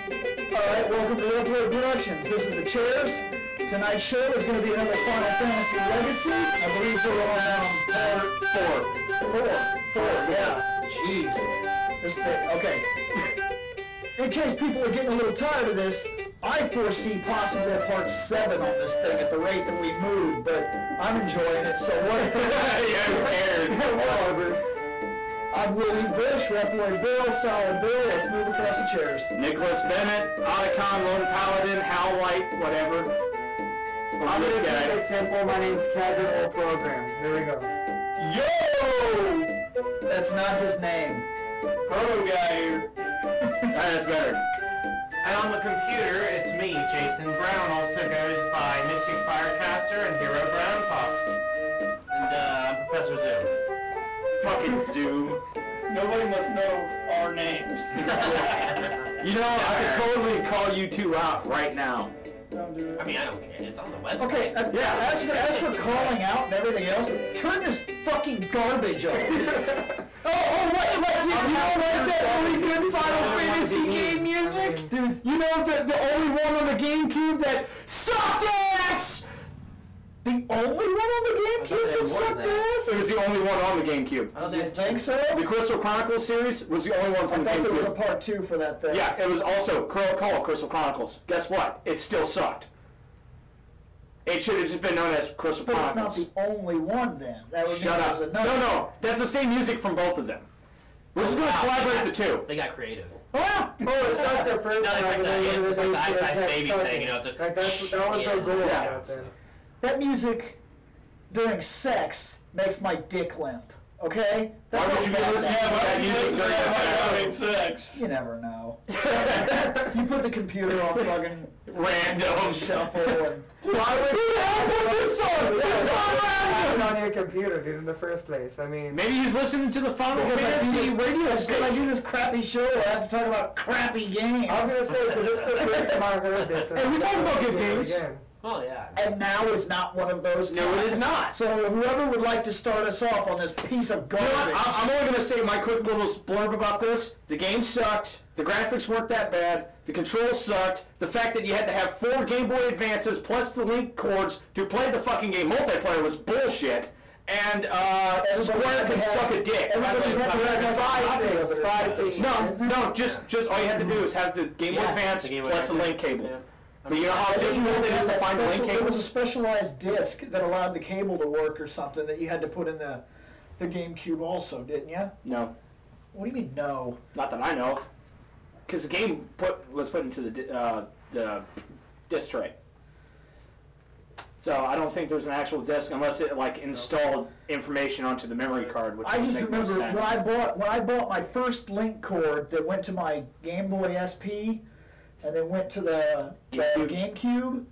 All right, welcome to Upload Productions. This is the Chairs. Tonight's show is going to be another Final Fantasy Legacy. I believe we're on um, part four. Four. Four, yeah. Jeez. This thing, okay. In case people are getting a little tired of this, I foresee possibly a part seven on this thing at the rate that we move, but I'm enjoying it, so whatever. Yeah, who cares? whatever. I'm Willie Bush, Reploid Bill, Solid Bill. Let's move across the chairs. Nicholas Bennett, Otacon, Lone Paladin, Hal White, whatever. I'm this guy. simple. My name's Kevin or Program. Here we go. Yo! That's not his name. Proto guy here. That's better. And on the computer, it's me, Jason Brown, also goes by Mystic Firecaster and Hero Brown Fox. And uh, I'm Professor Zoom. Fucking Zoom. Nobody must know our names. You know, I could totally call you two out right now. I mean, I don't care. It's on the website. Okay, uh, Yeah. as for as for calling out and everything else, turn this fucking garbage off. oh, oh, wait, wait, you, you know what? That only good Final Fantasy game music? Dude, you know the, the only one on the GameCube that sucked ass! The only one on the GameCube that sucked ass? It was the only one on the GameCube. Oh, You that's think so? The Crystal Chronicles series was the only ones on I the thought there was a GameCube. part two for that thing. Yeah, it was also cr- called Crystal Chronicles. Guess what? It still sucked. It should have just been known as Crystal But it's not Chronicles. the only one then. That would Shut mean up. there's No, another. no. That's the same music from both of them. We're just going to wow. collaborate the two. They got creative. Oh, yeah. Oh, it's not their first No, it's time. like that- and then it's like they- the Ice they- Ice they- Baby they- thing, you know, just- like that's, that was their Yeah. goal. Yeah. back then. That music during sex makes my dick limp. Okay? Why would all you be about listening that. to that music during this You never know. you put the computer on fucking um, Random shuffle and Why would Who the hell put this on? This on Put it random! on your computer, dude, in the first place. I mean, Maybe he's listening to the Final because I do Fantasy this radio because I do station. this crappy show. where I have to talk about crappy games. I was gonna say, 'cause this is the first time I heard this. Hey, we talking about good Yeah, games. Again. Oh, yeah. and now is not one of those. No, it times. is not. So whoever would like to start us off on this piece of You garbage, know what? I- I'm only gonna say my quick little blurb about this. The game sucked. The graphics weren't that bad. The controls sucked. The fact that you had to have four Game Boy Advances plus the link cords to play the fucking game multiplayer was bullshit. And uh, Everybody Square had to can have- suck a dick. everybody had to have Five a things. copy of it. Five things. No, no, just just all you had to do is have the Game Boy Yeah, Advance the Game Boy plus the Advance. link cable. Yeah. But you know how I think difficult it had is to that find the link special- There was a cables. specialized disc that allowed the cable to work or something that you had to put in the the GameCube also, didn't you? No, What do you mean no? not that I know of, because the game put was put into the di- uh, the disc tray. So I don't think there's an actual disc unless it like installed information onto the memory card, which I would just make no remember sense. when I bought when I bought my first link cord that went to my Game Boy SP, and then went to the, the GameCube. GameCube.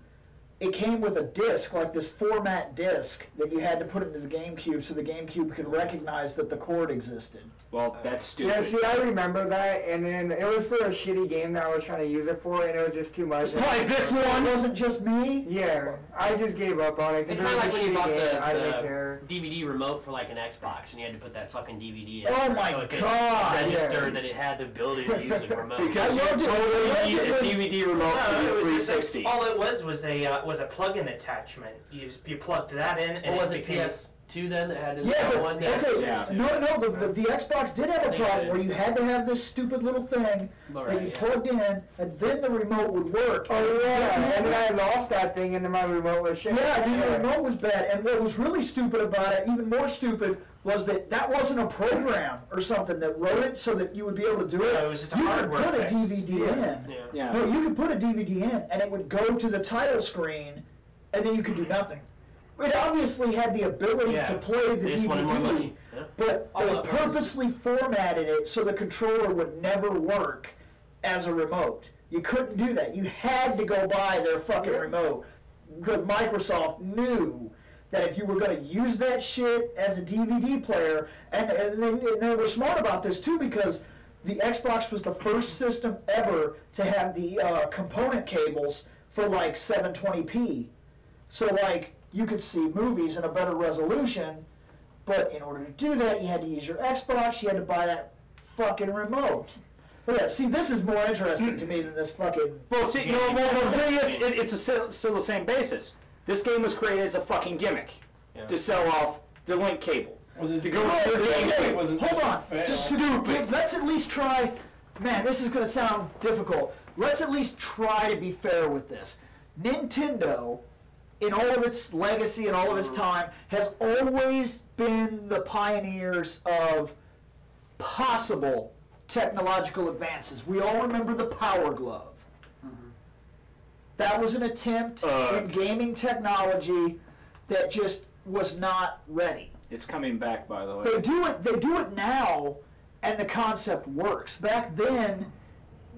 It came with a disc, like this format disc that you had to put into the GameCube, so the GameCube could recognize that the cord existed. well, that's Yeah, stupid. see, I remember that, and then it was for a shitty game that I was trying to use it for, and it was just too much. Play this It one. wasn't just me. Yeah, I just gave up on it. 'cause It's it kind of was a like when you shitty bought the, game, I didn't the care. DVD remote for like an Xbox, and you had to put that fucking DVD in. Oh so my it could God, Register yeah. that it had the ability to use a remote. Because you I loved it. totally I loved need it a when- DVD remote No, for it your was just 360. all it was was a uh, was a plug-in attachment. You just, you plugged that in and What was it it became a PS two then that had the Yeah, number but, one? okay, yeah. no, no, the, the, the Xbox did have a They problem did. where you had to have this stupid little thing that Right, you yeah. plugged in, and then the remote would work. Oh yeah, and then I lost that thing, and then my remote was shit. Yeah, I mean, the remote was bad, and what was really stupid about it, even more stupid, was that that wasn't a program or something that wrote it so that you would be able to do it. No, it was just a you could hardware put a fix. DVD in. Yeah. yeah. No, you could put a DVD in, and it would go to the title screen, and then you could do nothing. It obviously had the ability Yeah. to play the They just wanted more DVD, money. Yeah. but All they that was- purposely formatted it so the controller would never work as a remote. You couldn't do that. You had to go buy their fucking remote. Because Microsoft knew that if you were going to use that shit as a DVD player, and, and, they, and they were smart about this too because the Xbox was the first system ever to have the uh, component cables for like 720p. So like you could see movies in a better resolution, but in order to do that, you had to use your Xbox. You had to buy that fucking remote. But yeah, see, this is more interesting to me than this fucking. Well, see, no, well, well, the thing is, it, it's a, still, still the same basis. This game was created as a fucking gimmick Yeah. to sell off the link cable. to go Hey, to the hey, game. hey, it wasn't hold on. fail. Just to do, let's at least try. Man, this is going to sound difficult. Let's at least try to be fair with this. Nintendo, in all of its legacy and all of its time, has always been the pioneers of possible technological advances. We all remember the Power Glove. Mm-hmm. That was an attempt Uh, in gaming technology that just was not ready It's coming back, by the way. they do it they do it now and the concept works back then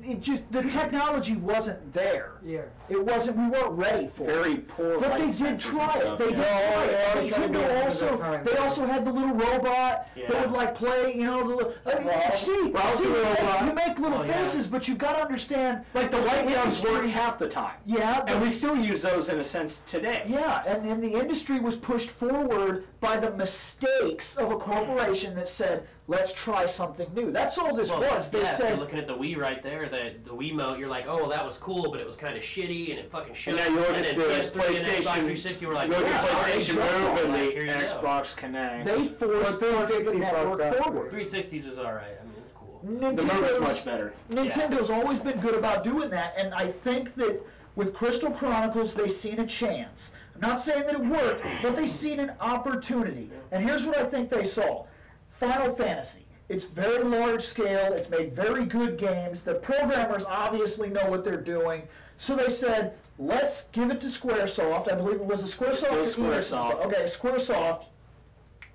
it just the technology wasn't there Yeah. it wasn't we weren't ready for it Very poor. but light they did sensors and try it. stuff, They yeah. Oh, did try yeah, it. they tried to do it Nintendo at also. the time, They yeah. also had the little robot that Yeah. would like play. You know, the little. I mean, see, Ralph's see, the you make- robot. you make little Oh, yeah. faces, but you've got to understand. Like the light guns worked industry- half the time. Yeah, but- And we still use those in a sense today. yeah, and then the industry was pushed forward by the mistakes of a corporation that said, "Let's try something new." That's all this Well, was. They yeah, if you're said, looking at the Wii right there, the the Wii mote. You're like, oh, well, that was cool, but it was kind of shitty, and it fucking shit. And now you look at then the PS3 and Xbox PlayStation- 360. We're like, You look yeah, at PlayStation alright, Move and like, the here you go. Xbox Connect. they forced the 360 fucked network up. forward. 360s is all right. I mean, it's cool. the move is much better. Nintendo's always been good about doing that, and I think that with Crystal Chronicles, they seen a chance. I'm not saying that it worked, but they seen an opportunity. And here's what I think they saw Final Fantasy. It's very large scale, it's made very good games. The programmers obviously know what they're doing. So they said, let's give it to Squaresoft. I believe it was a Squaresoft. It's still or Enix- Squaresoft. Okay, Squaresoft.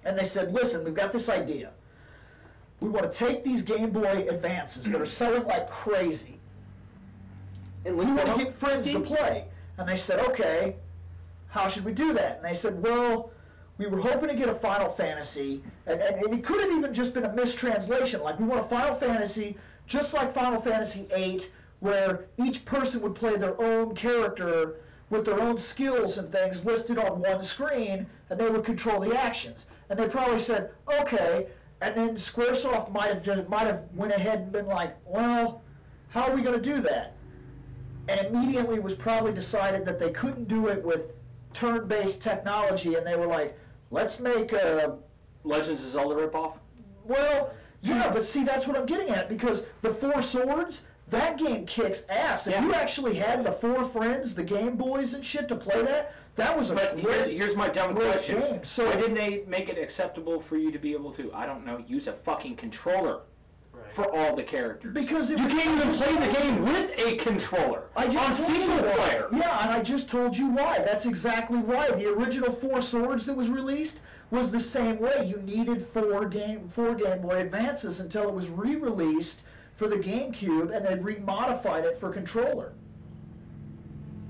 And they said, listen, we've got this idea we want to take these Game Boy Advances that are selling like crazy, And we want to get friends to play. And they said, okay, how should we do that? And they said, well, we were hoping to get a Final Fantasy, and, and, and it could have even just been a mistranslation. Like, we want a Final Fantasy, just like Final Fantasy VIII, where each person would play their own character with their own skills and things listed on one screen, and they would control the actions. And they probably said, okay. And then Squaresoft might have just, might have went ahead and been like, well, how are we going to do that? and immediately was probably decided that they couldn't do it with turn-based technology, and they were like, "Let's make a Legends is all the ripoff. well, yeah." But see, that's what I'm getting at because the Four Swords that game kicks ass. If you actually had the four friends, the Game Boys and shit to play that, that was a But here, great. here's my dumb great question. game. So- Why didn't they make it acceptable for you to be able to, I don't know, use a fucking controller Right. for all the characters? because it you was- can't even play the game with a controller I just on told single you why. player. Yeah, and I just told you why. That's exactly why the original Four Swords that was released was the same way. You needed four game four Game Boy Advances until it was re-released for the GameCube, and they remodified it for controller.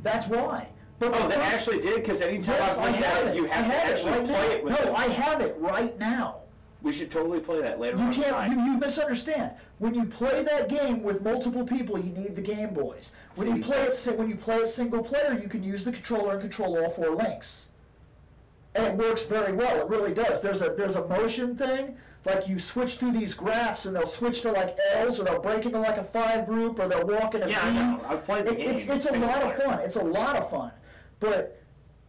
That's why. But Oh, the they first- actually did because anytime Yes, I I played have that, it. you I have to have actually it right play now. it with No, them. I have it right now. We should totally play that later You on can't. tonight. You, you misunderstand. When you play that game with multiple people, you need the Game Boys. When you See. play it, si- when you play it single player, you can use the controller and control all four links. And it works very well. It really does. There's a there's a motion thing. Like you switch through these graphs, and they'll switch to like L's, or they'll break into like a five group, or they'll walk in a Yeah, I V. know. I've played the It- it's- game, It's, a single lot of player. fun. It's a lot of fun, but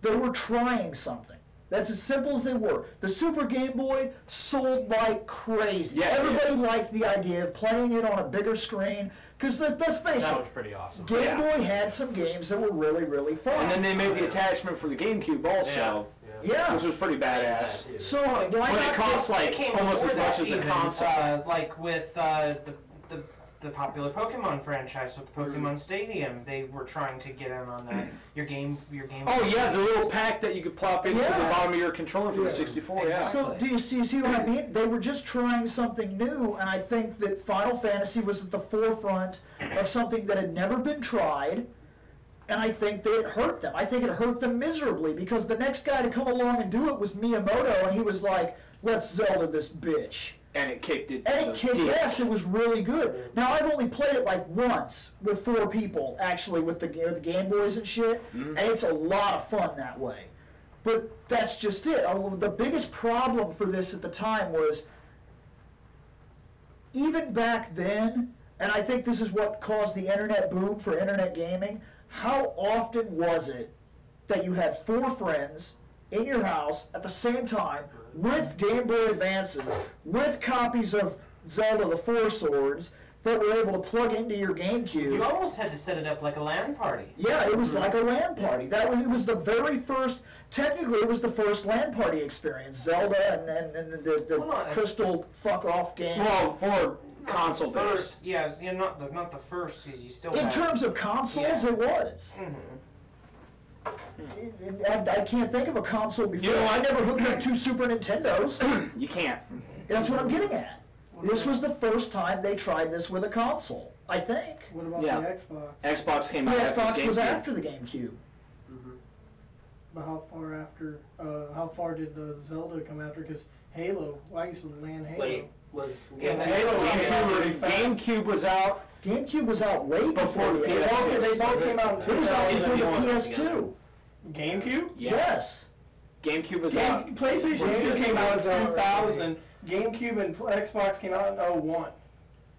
they were trying something. That's as simple as they were. The Super Game Boy sold like crazy. Yeah, it Everybody did. liked the idea of playing it on a bigger screen because let's, let's face That it, was pretty awesome. Game yeah. Boy had some games that were really really fun. And then they made the attachment for the GameCube also, yeah, which was pretty badass. Yeah. so uh, why But it not costs like It came almost before as much that as the even, console. Uh, like with uh, the, the the popular Pokemon franchise with Mm-hmm. Pokemon Stadium, they were trying to get in on that. Your game, your game. oh yeah, the little pack that you could plop into the Yeah. bottom of your controller for Yeah. the 64. Yeah. So do you see, see what I mean? They were just trying something new, and I think that Final Fantasy was at the forefront of something that had never been tried. And I think that it hurt them. I think it hurt them miserably because the next guy to come along and do it was Miyamoto, and he was like, "Let's Zelda this bitch." and it kicked it. And to it the kicked dick. ass. It was really good. Now I've only played it like once with four people, actually, with the, with the Game Boys and shit, and it's a lot of fun that way. But that's just it. Uh, The biggest problem for this at the time was even back then, and I think this is what caused the internet boom for internet gaming. How often was it that you had four friends in your house at the same time with Game Boy Advances, with copies of Zelda the Four Swords that were able to plug into your GameCube? You almost had to set it up like a LAN party. Yeah, it was like a LAN party. That was, it was the very first. Technically, it was the first LAN party experience. Zelda and and, and the, the, the Well, no, I- crystal fuck off game. Well, for console First, based. yeah, it's- yeah, not the not the first. 'cause You still in had- Mm-hmm. terms of consoles, Yeah. it was. It- it- I, I can't think of a console before. You know, I never hooked up two Super Nintendos. You can't. That's what I'm getting at. This was the first time they tried this with a console, I think. What about Yeah. the Xbox? Xbox came The out. Xbox was GameCube. after the GameCube. But how far after? Uh, how far did the Zelda come after? Because Halo, I used to land Halo. Wait, was Yeah, the Halo GameCube, game. GameCube was out. GameCube was out way before, the the PS2. PS2. They both came out in It was out before the 2001 PS2. GameCube. Yes. GameCube was out. Game, PlayStation 2 came out in GameCube 2000. GameCube and pl- Xbox came out in 01.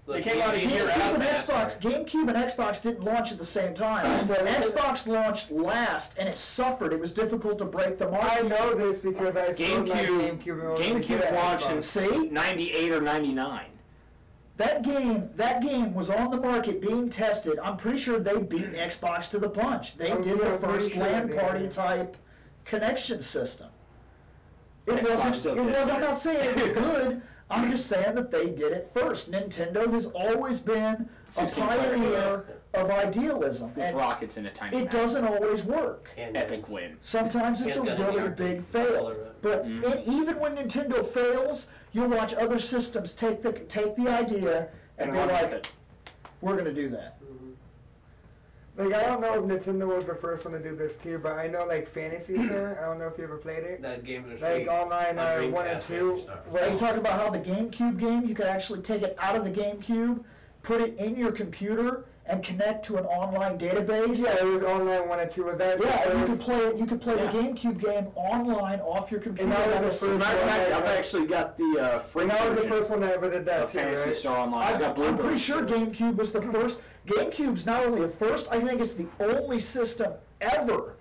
Look, came out a GameCube- year GameCube out and faster. Xbox, GameCube and Xbox didn't launch at the same time. The Xbox launched last, and it suffered. It was difficult to break the I market. know this because I sold my GameCube. GameCube. in order to get an GameCube launched Xbox. in See? 98 or 99. That game, that game was on the market being tested. I'm pretty sure they beat Xbox to the punch. They Hmm. I'm did their pretty first sure LAN they party did. type connection system. It Xbox wasn't. still It did was. it. I'm not saying it was good. I'm just saying that they did it first. Nintendo has always been a 16 player pioneer of idealism, With and rockets in a tiny it map. doesn't always work. And Epic it's- win. Sometimes it's a It's gotta be really our big controller, fail. right? But and even when Nintendo fails, you'll watch other systems take the take the idea and, And be run with like, it. "We're gonna do that." Like I don't know if Nintendo was the first one to do this too, but I know like Fantasy Star. I don't know if you ever played it. That game was Like online On uh, one and Dreamcast, two. Fantasy Star. Are you Well, talking about how the GameCube game you could actually take it out of the GameCube, put it in your computer, and connect to an online database? yeah, it was online one and two. Was that? the Yeah, and you could first- play it. You could play Yeah. the GameCube game online off your computer. that was That's- the As a matter of fact, I've actually got the uh, free And that was the version first one I ever did that of too, Fantasy right? Star Online. I've got Blue I'm pretty Bird. sure GameCube was the first. GameCube's not only the first, I think it's the only system ever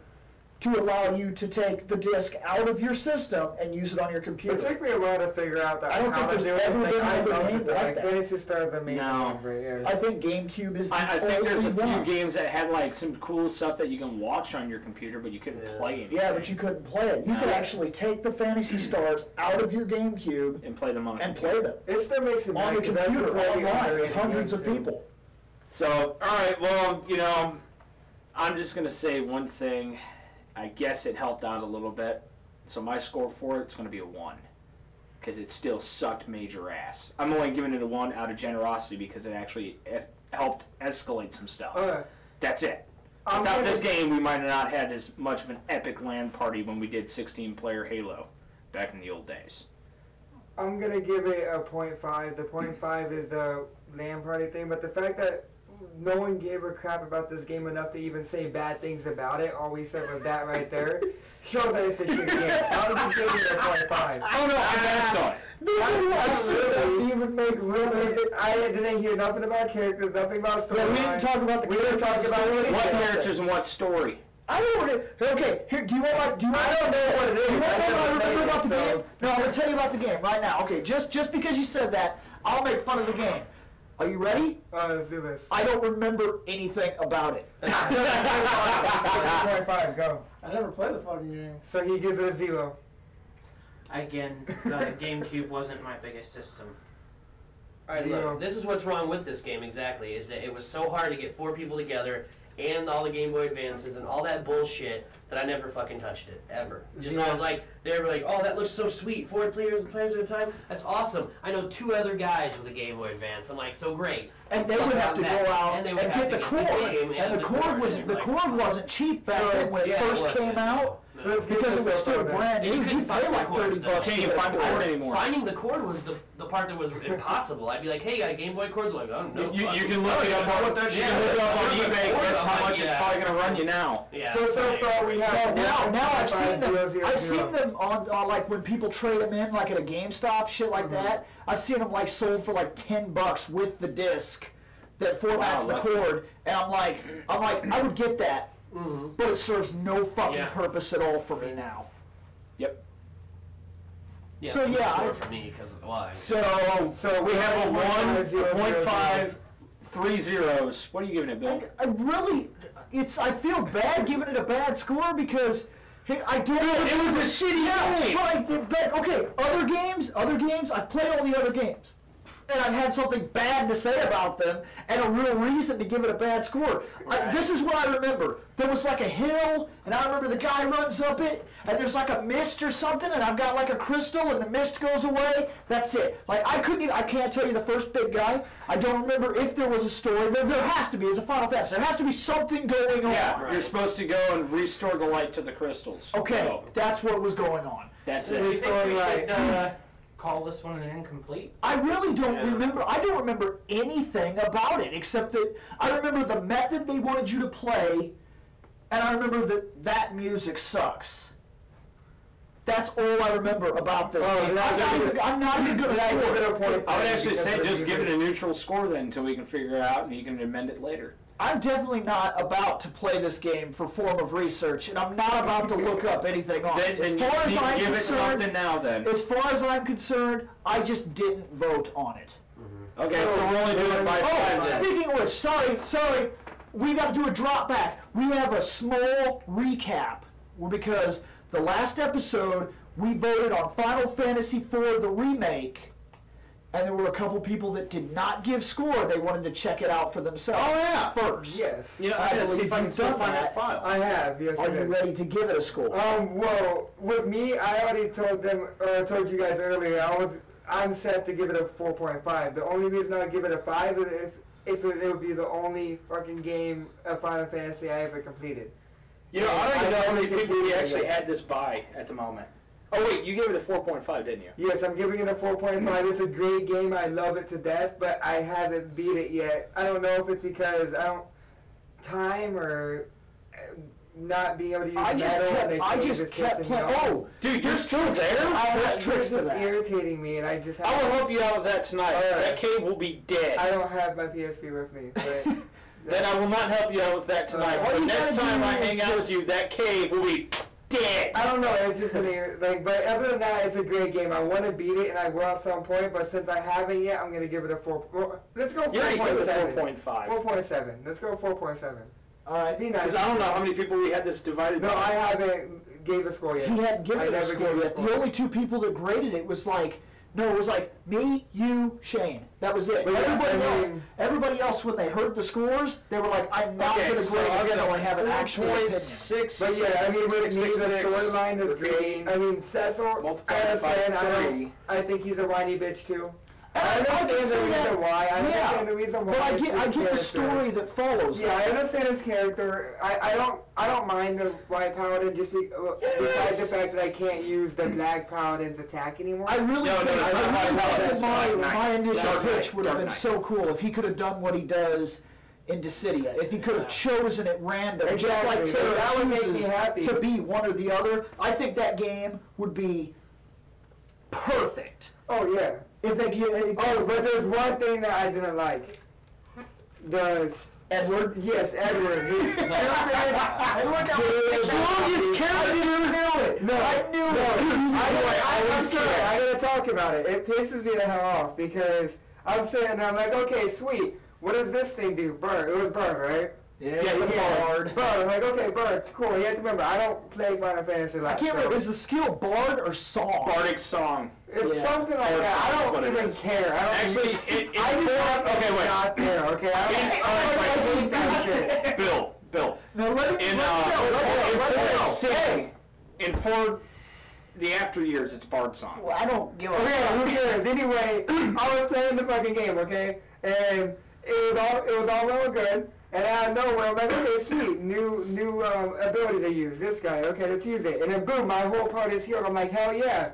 to allow you to take the disc out of your system and use it on your It computer. took me a while to figure out that I don't how think to do there's it. ever Like, been I another loved game it, like like, that. Fantasy Star is amazing. No. Right, I think GameCube is the I, I think only there's a few one. games that had like some cool stuff that you can watch on your computer, but you couldn't Yeah. play anything. Yeah, but you couldn't play it. You could No. actually take the Fantasy Stars out of your GameCube and play them on. a and computer. play them It still makes it on nice, the 'cause that's computer what's online really with underrated hundreds of games, too. people. So, all right, well, you know, I'm just gonna say one thing. I guess it helped out a little bit. So my score for it's gonna be a one, because it still sucked major ass. I'm only giving it a one out of generosity because it actually es- helped escalate some stuff. Alright. That's it. I'm Without gonna- this game, we might have not had as much of an epic land party when we did 16-player Halo back in the old days. I'm gonna give it a point five. The point five is the land party thing, but the fact that no one gave a crap about this game enough to even say bad things about it, all we said was that right there, shows that it's a shit game. So I'm just giving it a point five. Oh no, Ah, I'm based on it. Absolutely. Even make I didn't hear nothing about characters, nothing about storyline. Yeah, we didn't talk about the We didn't talk characters about and anything. What characters and what story? I know what it is. Okay, here, do you want my, do you want I don't know what it is. Do you want I to know never what I remember played about the it, so- game? No, I'm going to tell you about the game right now. Okay, just, just because you said that, I'll make fun of the game. Are you ready? Uh, let's do this. I don't remember anything about it. point five, go. I never played the fucking game. So he gives it a zero. Again, the GameCube wasn't my biggest system. Alright, Look, zero. this is what's wrong with this game exactly. Is that it was so hard to get four people together and all the Game Boy Advances and all that bullshit that I never fucking touched it ever. Just I was like, they were like, oh, that looks so sweet. Four players, players at a time. That's awesome. I know two other guys with a Game Boy Advance. I'm like, so great. And they would have to go out and, they would have get the to cord. game And the cord was and the like- cord wasn't cheap back then when it Yeah, first wasn't. came out So let's get because it this was up still on there. brand And new. you You couldn't paid find the like cords, thirty though. bucks. Can't to even get a find the cord. cord anymore. Finding the cord was the, the part that was impossible. I'd be like, hey, you got a Game Boy cord? Like, oh, no. You, you fucking can look cord. it up on what that shit Yeah, look it up on there's a eBay. cord Guess how on- much it's yeah. probably gonna run you now. Yeah. So so far we have Now, now I've seen Zero, them. zero, I've zero. seen them on, on like when people trade them in, like at a Mm-hmm. GameStop, shit like that. I've seen them like sold for like ten bucks with the disc. that formats the Wow, chord, and I'm like, I'm like, I would get that, Mm-hmm. Mhm. but it serves no fucking Yeah. purpose at all for me now. Yep. Yeah, So, it's yeah, more I- for me because of why. So, so we have a one, a point five, three zeros. What are you giving it, Bill? I, I really, it's I feel bad giving it a bad score because hey, I don't. it was a shitty game. But I did bad. Okay, other games, other games. I've played all the other games, and I've had something bad to say about them, and a real reason to give it a bad score. I, this is what I remember. There was like a hill, and I remember the guy runs up it, and there's like a mist or something, and I've got like a crystal, and the mist goes away. That's it. Like I couldn't, even, I can't tell you the first big guy. I don't remember if there was a story. There, there has to be. It's a Final Fantasy. There has to be something going on. Yeah, you're supposed to go and restore the light to the crystals. Okay, So, that's what was going on. that's Do you it. think we Right. should uh, call this one an incomplete? I really don't Yeah. remember. I don't remember anything about it except that I remember the method they wanted you to play, and I remember that that music sucks. That's all I remember about this. Oh, game. that's I'm, not good. even, I'm not even gonna That's score good. it. Point I would actually because say of just the- give it a neutral score then until we can figure it out and you can amend it later. I'm definitely not about to play this game for form of research, and I'm not about to look up anything on Then, it. As then far you as need to I'm give it concerned, something now then. as far as I'm concerned, I just didn't vote on it. Okay, so we're only doing it by Oh, five then. speaking of which, sorry, sorry, we got to do a drop back. We have a small recap because the last episode we voted on Final Fantasy IV the remake, and there were a couple people that did not give score. They wanted to check it out for themselves. Oh yeah, first. Yes. You know, I'm gonna see if I can still Done find that. that file. I have. Yes. Are I you did. ready to give it a score? Um, well, with me, I already told them, or I told you guys earlier, I was, I'm set to give it a 4.5. The only reason I would give it a 5 is if, if it, it would be the only fucking game of Final Fantasy I ever completed. You know, I don't even I know how many think people we it's- actually had this by at the moment. Oh wait, you gave it a 4.5, didn't you? Yes, I'm giving it a 4.5. It's a great game. I love it to death, but I haven't beat it yet. I don't know if it's because I don't, time or uh, not being able to use I just metal. and kept, they I keep just just kept pissing me playing. off. Oh, Dude, you're still there? I That- have tricks to that's that. irritating me, and I just I haven't- will help you out with that tonight. All right. That cave will be I dead. don't have my PSP with me, but Then I will not help you out with that tonight. All but you gotta next time do I is hang out with you, that cave will be dead. I don't know. It's just an, like, but other than that, it's a great game. I want to beat it, and I will at some point. But since I haven't yet, I'm gonna give it a four. Well, let's go You already gave it a 4.7. 4.5. 4.7. Let's go 4.7. All right. Be nice. Because I don't know how many people we had this divided No, by. I haven't gave a score yet. He hadn't given I it a never score gave yet. The only two people that graded it was like, no, it was like me, you, Shane. That was it. But yeah, everybody I else, mean- everybody else, when they heard the scores, they were like, I'm not Okay, going to so grade it I'll get until a I have an actual opinion. 4.6. But yeah, I mean, with me, the storyline is great. repeating. I mean, Cecil, Multiply I it by understand. I don't. three. I think he's a whiny bitch too. And I I can understand the see that. reason why. I yeah, understand the reason why. but I It's get, I his get the character. story that follows. Yeah, I understand his character. I, I don't I don't mind the white paladin just be, uh, besides the fact that I can't use the black paladin's attack anymore. I really No, no, think, it's I not really my think fault. that It's Dark my, Knight. my initial Dark pitch Knight. would have Dark been Knight. so cool if he could have done what he does in Dissidia. If he could have chosen at random, just like Exactly. That would Taylor make me chooses happy. to be one or the other, I think that game would be perfect. oh yeah. If they give Oh, but there's one thing that I didn't like. The s- Edward. yes, Edward. His stupid- I look out His- strongest character. No, I knew. No, I, I, I, I'm was scared. I gotta talk about it. It pisses me the hell off because I'm sitting there. I'm like, okay, sweet. What does this thing do? Burn. It was burn, right? Yeah, it's hard. Bro, I'm like, okay, bro, it's cool. You have to remember, I don't play Final Fantasy like I can't so remember. Is the skill bard or song? Bardic song. It's yeah. something like Or that. I Oh, something, that's don't what it even is. care. I don't Actually, even, it, it's I just four- want okay, it's wait. not there, okay? Oh, I don't, In- I all don't right, like wait. this kind of shit. Bill, Bill. No, let him. In, let him uh, go, let him in go, let him four go. and six, in four, the after years, it's Bard song. Well, I don't give a Okay, who cares? Anyway, I was playing the fucking game, okay? And it was all it was all well and good. And out of nowhere, I'm like, okay, sweet, new new um, ability to use. This guy, okay, let's use it. And then boom, my whole party's healed. I'm like, hell yeah.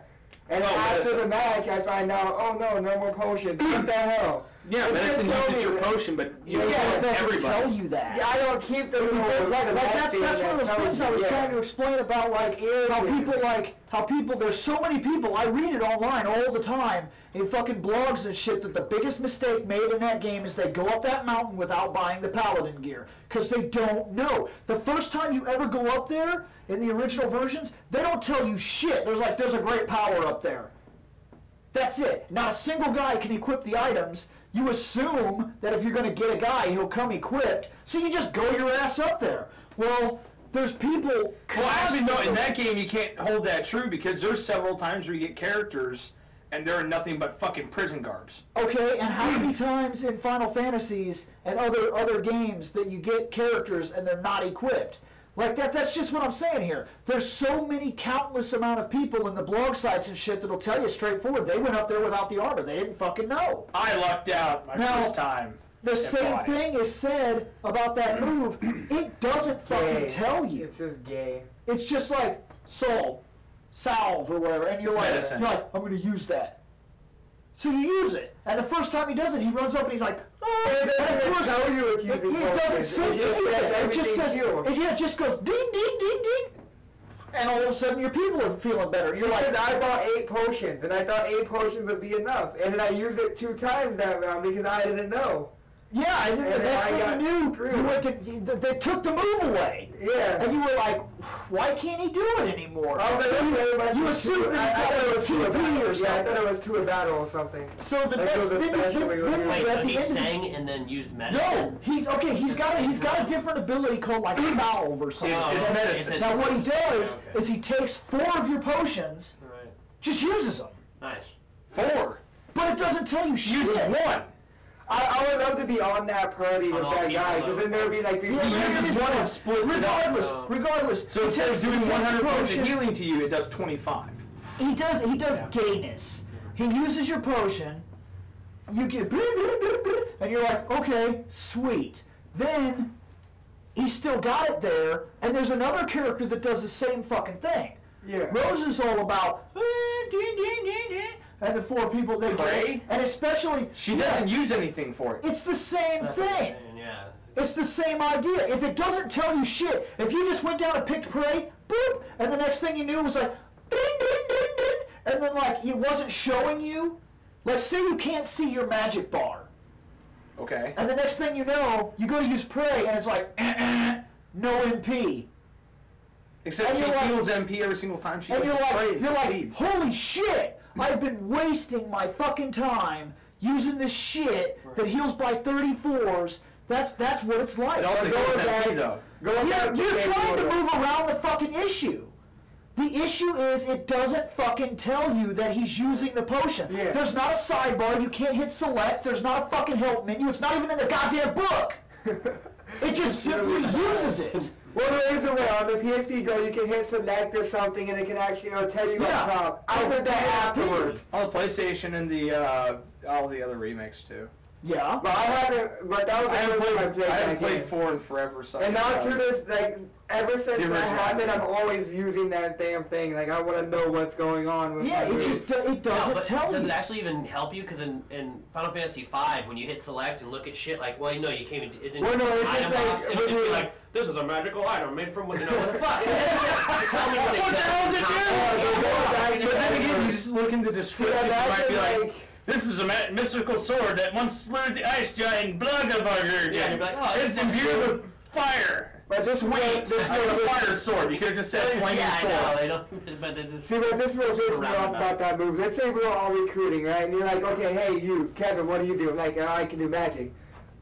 And No, Oh, after medicine. the match, I find out, oh no, no more potions. what the hell? Yeah, It medicine didn't tell uses me your that. potion, but you Yeah, yeah, it doesn't everybody. tell you that. Yeah, I don't keep the little. But, like, the like red that's thing that's that one of those tells things you, I was yeah. trying to explain about like how people like how people there's so many people I read it online all the time in fucking blogs and shit that the biggest mistake made in that game is they go up that mountain without buying the paladin gear because they don't know. The first time you ever go up there in the original versions, they don't tell you shit. There's like there's a great power up there. That's it. Not a single guy can equip the items. You assume that if you're going to get a guy, he'll come equipped, so you just go your ass up there. Well, there's people. Well, actually, no. In constantly- that game, you can't hold that true because there's several times where you get characters and they're nothing but fucking prison guards. Okay, and how many Hmm. times in Final Fantasies and other other games that you get characters and they're not equipped? Like that that's just what I'm saying here. There's so many countless amount of people in the blog sites and shit that'll tell you straightforward. They went up there without the armor. They didn't fucking know. I lucked out my Now- first time. The and same bought it. thing is said about that move. It doesn't fucking Gay. tell you. It's just gay. It's just like soul, salve, or whatever, and you're It's like, medicine. you're like, I'm gonna use that. So you use it, and the first time he does it, he runs up and he's like, oh, It doesn't and of even course- tell you it's it, using it doesn't focus. say It just anything. says It just everything's says, healed. it, yeah, it just goes ding, ding, ding, ding, and all of a sudden your people are feeling better. You're like, Because I bought eight potions, and I thought eight potions would be enough, and then I used it two times that round because I didn't know. yeah, and then And that's I when got you knew you screwed. went to, you- they took the move away. Yeah. And you were like, why can't he do it anymore? I was like, okay, it must you be assumed two- that I, I he thought it was two a TP battle. or Yeah, I thought something. it was two a battle or something. so the That next, was the then, special we then, were then doing. Wait, at so the he end of- sang and then used medicine? No, he's okay. He's got a he's got a different ability called like salve or something. It's- it's medicine. Now what he does Okay. is he takes four of your potions, Alright. just uses them, Nice. Four. but it doesn't tell you shit. Uses one. I, I would love to be on that party with On all that people, guy, because then there'd be like, Yeah, He yeah, uses yeah. one and splits it up. Regardless, Um, regardless. So he instead of takes- he doing takes 100 points potion- of healing to you, it does 25. He does. He does gayness. He uses your potion. You get, brr, brr, brr, brr, and you're like, okay, sweet. Then he's still got it there, and there's another character that does the same fucking thing. Yeah. Rose is all about, "Eh, dee, dee, dee, dee," and the four people they Prey? get, and especially She doesn't use anything for it. It's the same thing. Yeah. It's the same idea. If it doesn't tell you shit, if you just went down and picked prey, boop, and the next thing you knew was like, ding, ding, ding, ding, and then like it wasn't showing you. Like say you can't see your magic bar, Okay. and the next thing you know, you go to use prey, and it's like, eh, eh, no MP. Except And she you're like- heals MP every single time she And you're uses like, it. you're like, holy shit! I've been wasting my fucking time using this shit that heals by 34s. That's that's what it's like. It also Or heals going MP, back- though. Going You're, back to you're Game trying to Boy. move around the fucking issue. The issue is it doesn't fucking tell you that he's using the potion. Yeah. There's not a sidebar. You can't hit select. There's not a fucking help menu. It's not even in the goddamn book. It just simply uses it. Well, there is a way. On the PSP Go, you can hit select or something, and it can actually it'll tell you Yeah. up top. I did that afterwards. All the PlayStation and the uh, all the other remakes too. Yeah. But I haven't. But that was I the haven't first time I played. played I that haven't played game. four in forever. So And now to this, like, ever since original. that happened, I'm always using that damn thing. Like, I want to know what's going on with Yeah, my it just moves. do- it No, doesn't but tell does you. it actually even help you? Because in, in Final Fantasy V, when you hit select and look at shit, like, well, no, you can't even. It didn't Well, no, it's just item like, box, it when would just you- be like, this is a magical item made from, you know, what the fuck? Tell me what it What the hell is it doing? does. Yeah. But then again, you just look in the description. you might be imagine, like, like- "This is a ma- mystical sword that once slayed the ice giant Blugabugger." Yeah, you'd be like, oh, it's that's imbued with fire. But this way, this Like way, a fire sword. You could have just said flaming Yeah, I sword. know, they don't, but it's just. See, but this will piss me off about that move. Let's say we're all recruiting, right? And you're like, okay, hey, you, Kevin, what do you do? I'm like, oh, I can do magic.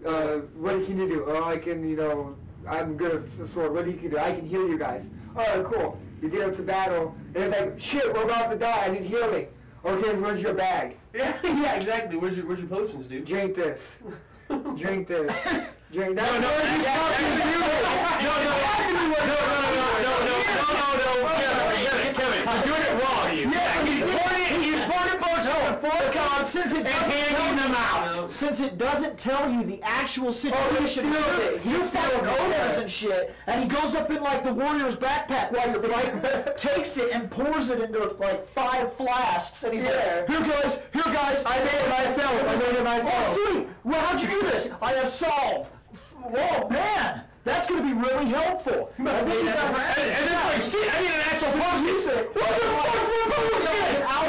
Uh, what can you do? Oh, I can, you know, I'm good at s- sword. What do you can do? I can heal you guys. Oh, cool. You get up to battle, and it's like, shit, we're about to die. I need healing. Okay, where's your bag? Yeah, yeah, exactly. Where's your, where's your potions, dude? Drink this. Drink this. Drink that. No, no, Where's your that- fucking that- music? no, no, no, no, no, no, no, no, no, Kevin, Kevin, Kevin, you're doing it wrong. You. Yeah, he's born in, he's born in Bozo. boycott since it doesn't handing tell them you- out. Since it doesn't tell you the actual situation. feel it. You You fight feel it. owners and shit, and he goes up in like the warrior's backpack while you're fighting, takes it and pours it into like five flasks, and he's Yeah. like, "Here guys, here guys, I made it, I fell, I made it, I fell." Oh sweet, well how'd you do this? I have solve. Whoa man, that's gonna be really helpful. I think you guys- And, and then like, see, I need an actual What the fuck, we're both shit?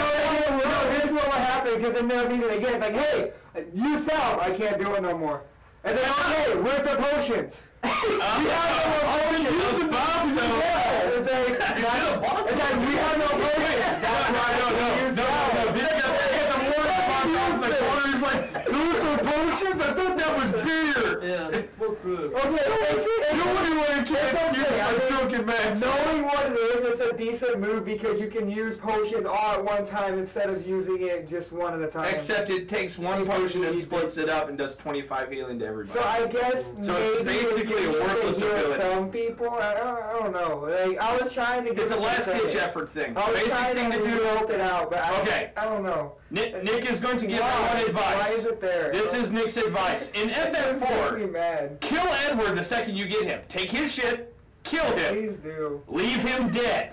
No, this is what will happen because then they'll need it again. It's like, hey, you sell. I can't do it no more. And then, okay, where's the potions? We have no using Bob Yeah, though. it's like, it's like, we have no potions. That's why No, no, no, we use no, that. no, no. Did you get the warrior's backpack? The warrior's like, those are potions. I thought that was beer. Yeah, we're screwed. Okay, it's- it's- No wonder why I can't. It's okay. I You're mean, joking, Max. Knowing what it is, it's a decent move because you can use potions all at one time instead of using it just one at a time. Except it takes one potion and splits it up and does 25 healing to everybody. So I guess So it's maybe basically if you a need to worthless heal ability. Some people, I, I, I don't know. Like I was trying to. Give it's a it some last ditch credit. effort thing. I was Basic trying thing to, to do. help it out, but I, Okay. I don't know. Nick, Nick is going to give Why? one advice. Why is it there? This is Nick's advice. In It makes me FF4, mad. kill Edward the second you get him. Take his shit, kill him, Please do. leave him dead.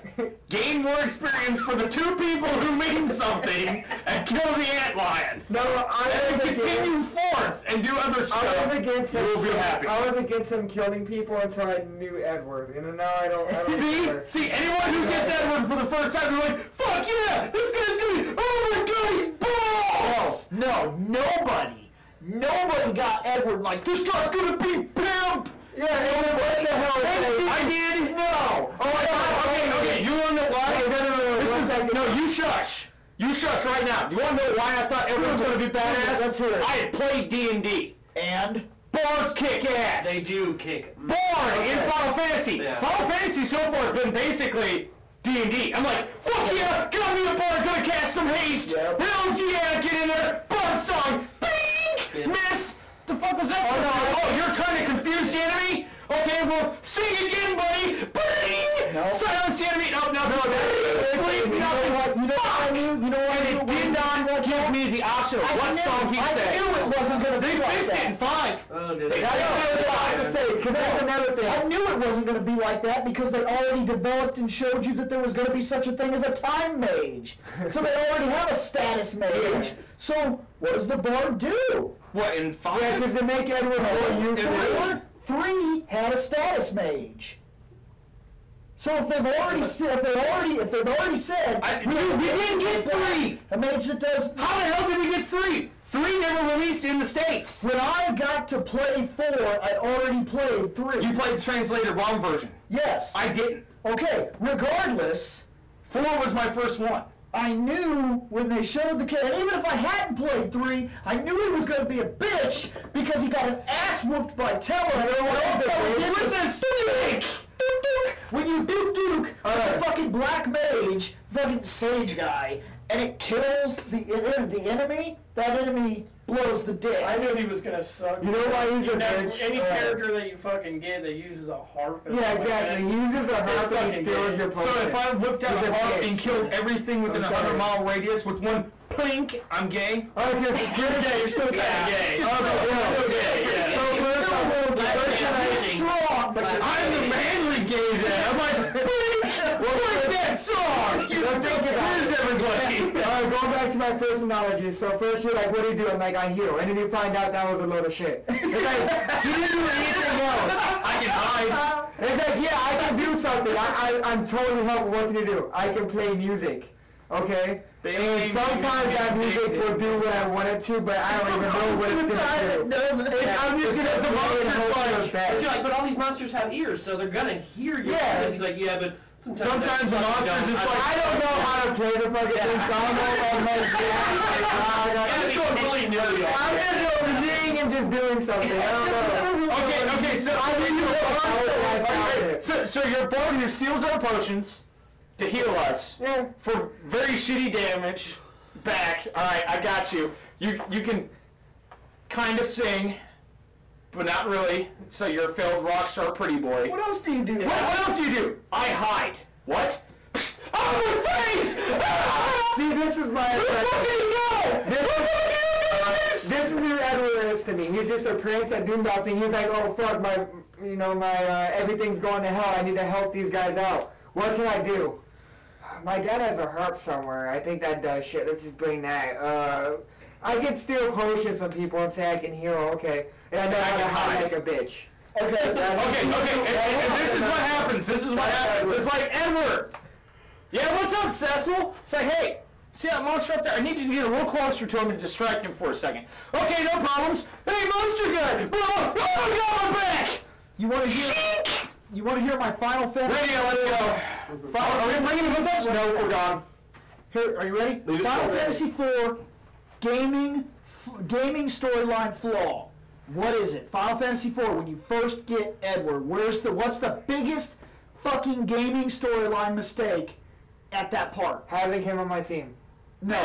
Gain more experience for the two people who mean something, and kill the antlion. No, I And was then continue against. forth and do other I was stuff. against You him. will be happy. I was against him killing people until I knew Edward, and now I don't. I don't See, care. see, anyone who gets Edward for the first time, you're like, fuck yeah, this guy's gonna be, oh my god, he's balls! No, nobody, nobody got Edward like this guy's gonna be pimp. Yeah, and then what the hell? Thank you. Like, I did? No! Oh my God, god, okay, okay, you wanna know why? Hey, no, no, no, no, one This is, second. no, you shush. You shush right now. You wanna know why I thought Edward was gonna be badass? Let's hear it. I had played D&D. And Bards kick ass! They do kick. Bard in Final Fantasy. Yeah. Final Fantasy so far has been basically D and D. I'm like, fuck yeah, got me a bard, gonna cast some haste. Yep. Hells yeah, get in there, bard song, bing, Yeah. miss. The fuck was that? Oh, no. oh, you're trying to confuse the enemy. Okay, well, sing again, buddy. Bing. No. Silence the enemy. No, no, no. you Sleep, know nothing. what? You know what I fuck. knew? You know what I knew? And when it did not give me the option of I what knew- song he I said. knew it wasn't gonna They be like fixed it that. in five. Oh, dude. They I fixed know. it in I five. have to say, 'cause that's another thing. I knew it wasn't going to be like that because they already developed and showed you that there was going to be such a thing as a time mage. So they already have a status mage. So what does the bard do? What in five? Yeah, because they make everyone more Did useful. they? Three had a status mage. So if they've already, s- if they already, if they've already said, I- we- we didn't get three! A mage that does. How the hell did we get three? Three never released in the states. When I got to play four, I already played three. You played the translator ROM version. yes. I didn't. Okay, regardless, Four was my first one. I knew when they showed the kid, and even if I hadn't played three, I knew he was going to be a bitch because he got his ass whooped by Teller. And all Teller did was a stick. Duke, duke. When you duke duke a fucking black mage, fucking sage guy, and it kills the the enemy, that enemy blows the dick. I knew he was gonna suck. You know why he's a Never- bitch? Any Uh, character that you fucking get that uses a harp. and Yeah, stuff like exactly. He that, uses a harp and fucking steals good. your So potion. whipped He's a bitch. killed everything within I'm sorry. radius with one plink, I'm gay. Okay, you're gay. You're still Yeah, gay. gay. Yeah. Okay, yeah. Yeah. So Yeah. first of all, the Black first man time I- amazing. strong, but you're I'm the manly gay then. I'm like, blink, blink that song. You Let's think about Here's it. everybody. All right, going back to my first analogy. So first you're like, what do you do? I'm like, I heal. And then you find out that was a load of shit. It's like, you didn't do anything else. I can hide. It's like, yeah, I can do something. I, I, I'm totally helpful. What can you do? I can play music. Okay? They and ain't sometimes that music music. will do what I want it to, but I don't even know what it's going to do. doesn't. I'm just Because the gonna play and monster's hope like- it goes bad. But you're like, but all these monsters have ears, so they're gonna hear you. Yeah. And he's like, yeah, but sometimes, Sometimes they monsters don't. just I- like- I don't know how to play the fucking thing, so I don't know if I'm like, yeah, I got Gotta be totally new, y'all. I'm just overseeing and just doing something. I don't know. Okay, okay, so I mean, you know, I would like Okay, that. So, so you're a who steals our potions to heal us Yeah. for very shitty damage. Back, all right, I got you. You you can kind of sing, but not really. So you're a failed rock star pretty boy. What else do you do? What, what else do you do? I hide. What? Psst, oh my face! Ah! See, this is Where my the fuck impression. did he go? is who Edward is to me. He's just a prince that do nothing. He's like, oh fuck, my, you know, my uh, everything's going to hell. I need to help these guys out. What can I do? My dad has a harp somewhere. I think that does shit. Let's just bring that. Uh, I can steal potions from people and say I can heal. Okay, and I know how to hide like a bitch. Okay, Okay, okay, and, and- and this is what happens. This is what happens. It's like Edward. Yeah, what's up, Cecil? It's like, hey, see that monster up there? I need you to get a little closer to him and distract him for a second. Okay, no problems. Hey, monster guy! Oh, oh my God, I'm back! You want to hear? You want to hear my final film? Radio, let's go. Final, are we bringing him with us? No, we're gone. Here, are you ready? Leave us Final alone. Fantasy IV gaming f- gaming storyline flaw. What is it? Final Fantasy IV. When you first get Edward, where's the what's the biggest fucking gaming storyline mistake at that part? Having him on my team. No, he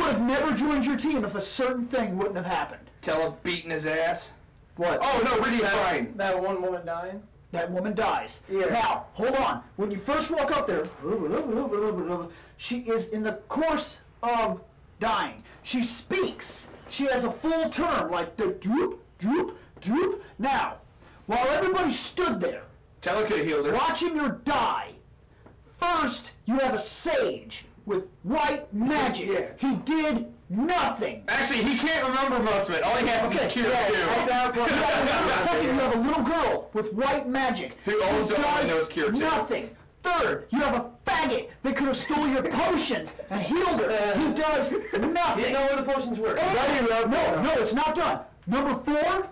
would have never joined your team if a certain thing wouldn't have happened. Tell him beating his ass. What? Oh, no, really fine. That one woman dying? That woman dies. Yeah. Now, hold on. When you first walk up there, she is in the course of dying. She speaks. She has a full term, like the droop, droop, droop. Now, while everybody stood there, Tell him could have healed her. watching her die, first you have a sage with white magic. He did nothing. Actually, he can't remember most of it. All he has Okay, is Q2. yes, Second, you have a little girl with white magic Who also only does knows cure two. Nothing. Third, you have a faggot that could have stole your potions and healed Uh, her. He does nothing. Didn't know where the potions were. No, no, it's not done. Number four,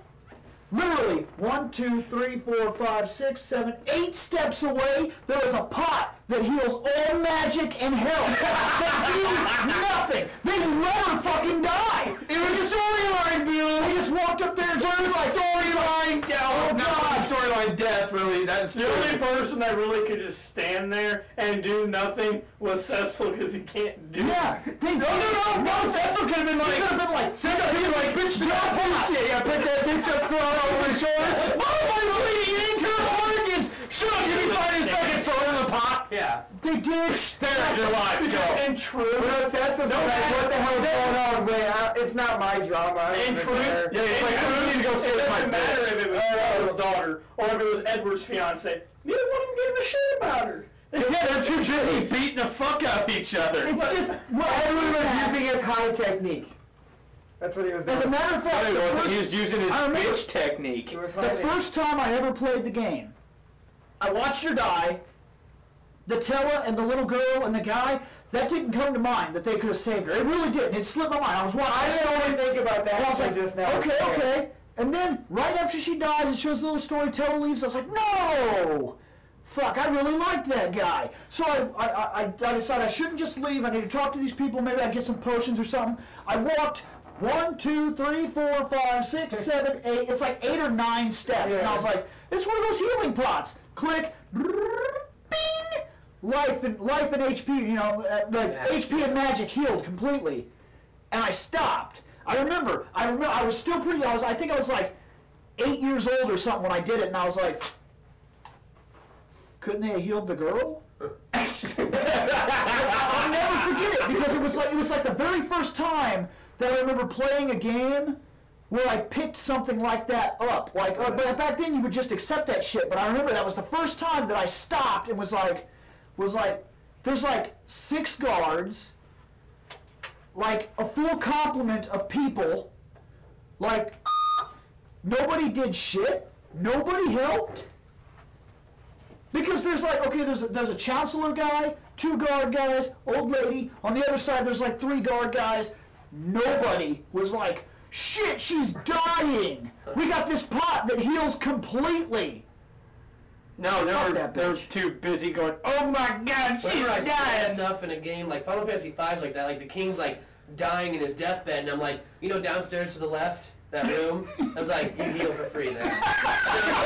literally one, two, three, four, five, six, seven, eight steps away, there is a pot that heals all magic and health. that do nothing. They never fucking die. It was storyline, Bill. I just walked up there and just was like, storyline death. Oh, not storyline death, really. That's The only person that really could just stand there and do nothing was Cecil because he can't do yeah. They, No, no, no, no. Cecil could have been like. He could have been like, Cecil could have been like, bitch, no bullshit. Yeah, pick that bitch up, throw it over his shoulder. Oh, my bleeding internal organs. Shut up, give me five seconds, throw it in the pot. Yeah. they did. There, you're alive. Go. In true. But that's the fact. What the hell is going on? Wait, I, it's not my drama. I don't In even truth, care. Yeah, it's like, I don't need to go It save my Oh, doesn't matter bitch. if it was Edward's daughter or if it was Edward's fiance. Neither one of them gave a shit about her. Yeah, they're too busy beating the fuck out of each other. It's just. Everyone was using his high technique. That's what he was doing. As a matter of fact, He the wasn't- first he was using his I remember- bitch technique. He was The hiding. first time I ever played the game, I watched her die. The Tella and the little girl and the guy, that didn't come to mind that they could have saved her. It really didn't. It slipped my mind. I was watching. I didn't story, even think about that. and I was like, just now. okay, okay. And then right after she dies, it shows the little story. Tella leaves. I was like, no. Fuck, I really liked that guy. So I, I, I, I decided I shouldn't just leave. I need to talk to these people. Maybe I'd get some potions or something. I walked one, two, three, four, five, six, seven, eight. It's like eight or nine steps. And I was like, it's one of those healing pots. Click. brrrr, Bing! Life and, life and HP, you know, uh, like HP and magic healed completely. And I stopped. I remember, I remember, I was still pretty, I was, I think I was like eight years old or something when I did it. And I was like, couldn't they have healed the girl? I'll never forget it because it was like it was like the very first time that I remember playing a game where I picked something like that up. Like, uh, but back then you would just accept that shit. But I remember that was the first time that I stopped and was like, was like, there's like six guards, like a full complement of people, like nobody did shit, nobody helped. Because there's like okay, there's a, there's a chancellor guy, two guard guys, old lady. On the other side, there's like three guard guys. Nobody was like, shit, she's dying. We got this pot that heals completely. No, they were, that they were bitch. too busy going, oh my god, she's Whenever I see that dying. stuff in a game, like Final Fantasy V's like that, like the king's like dying in his deathbed, and I'm like, you know, downstairs to the left, that room, I was like, you heal for free there.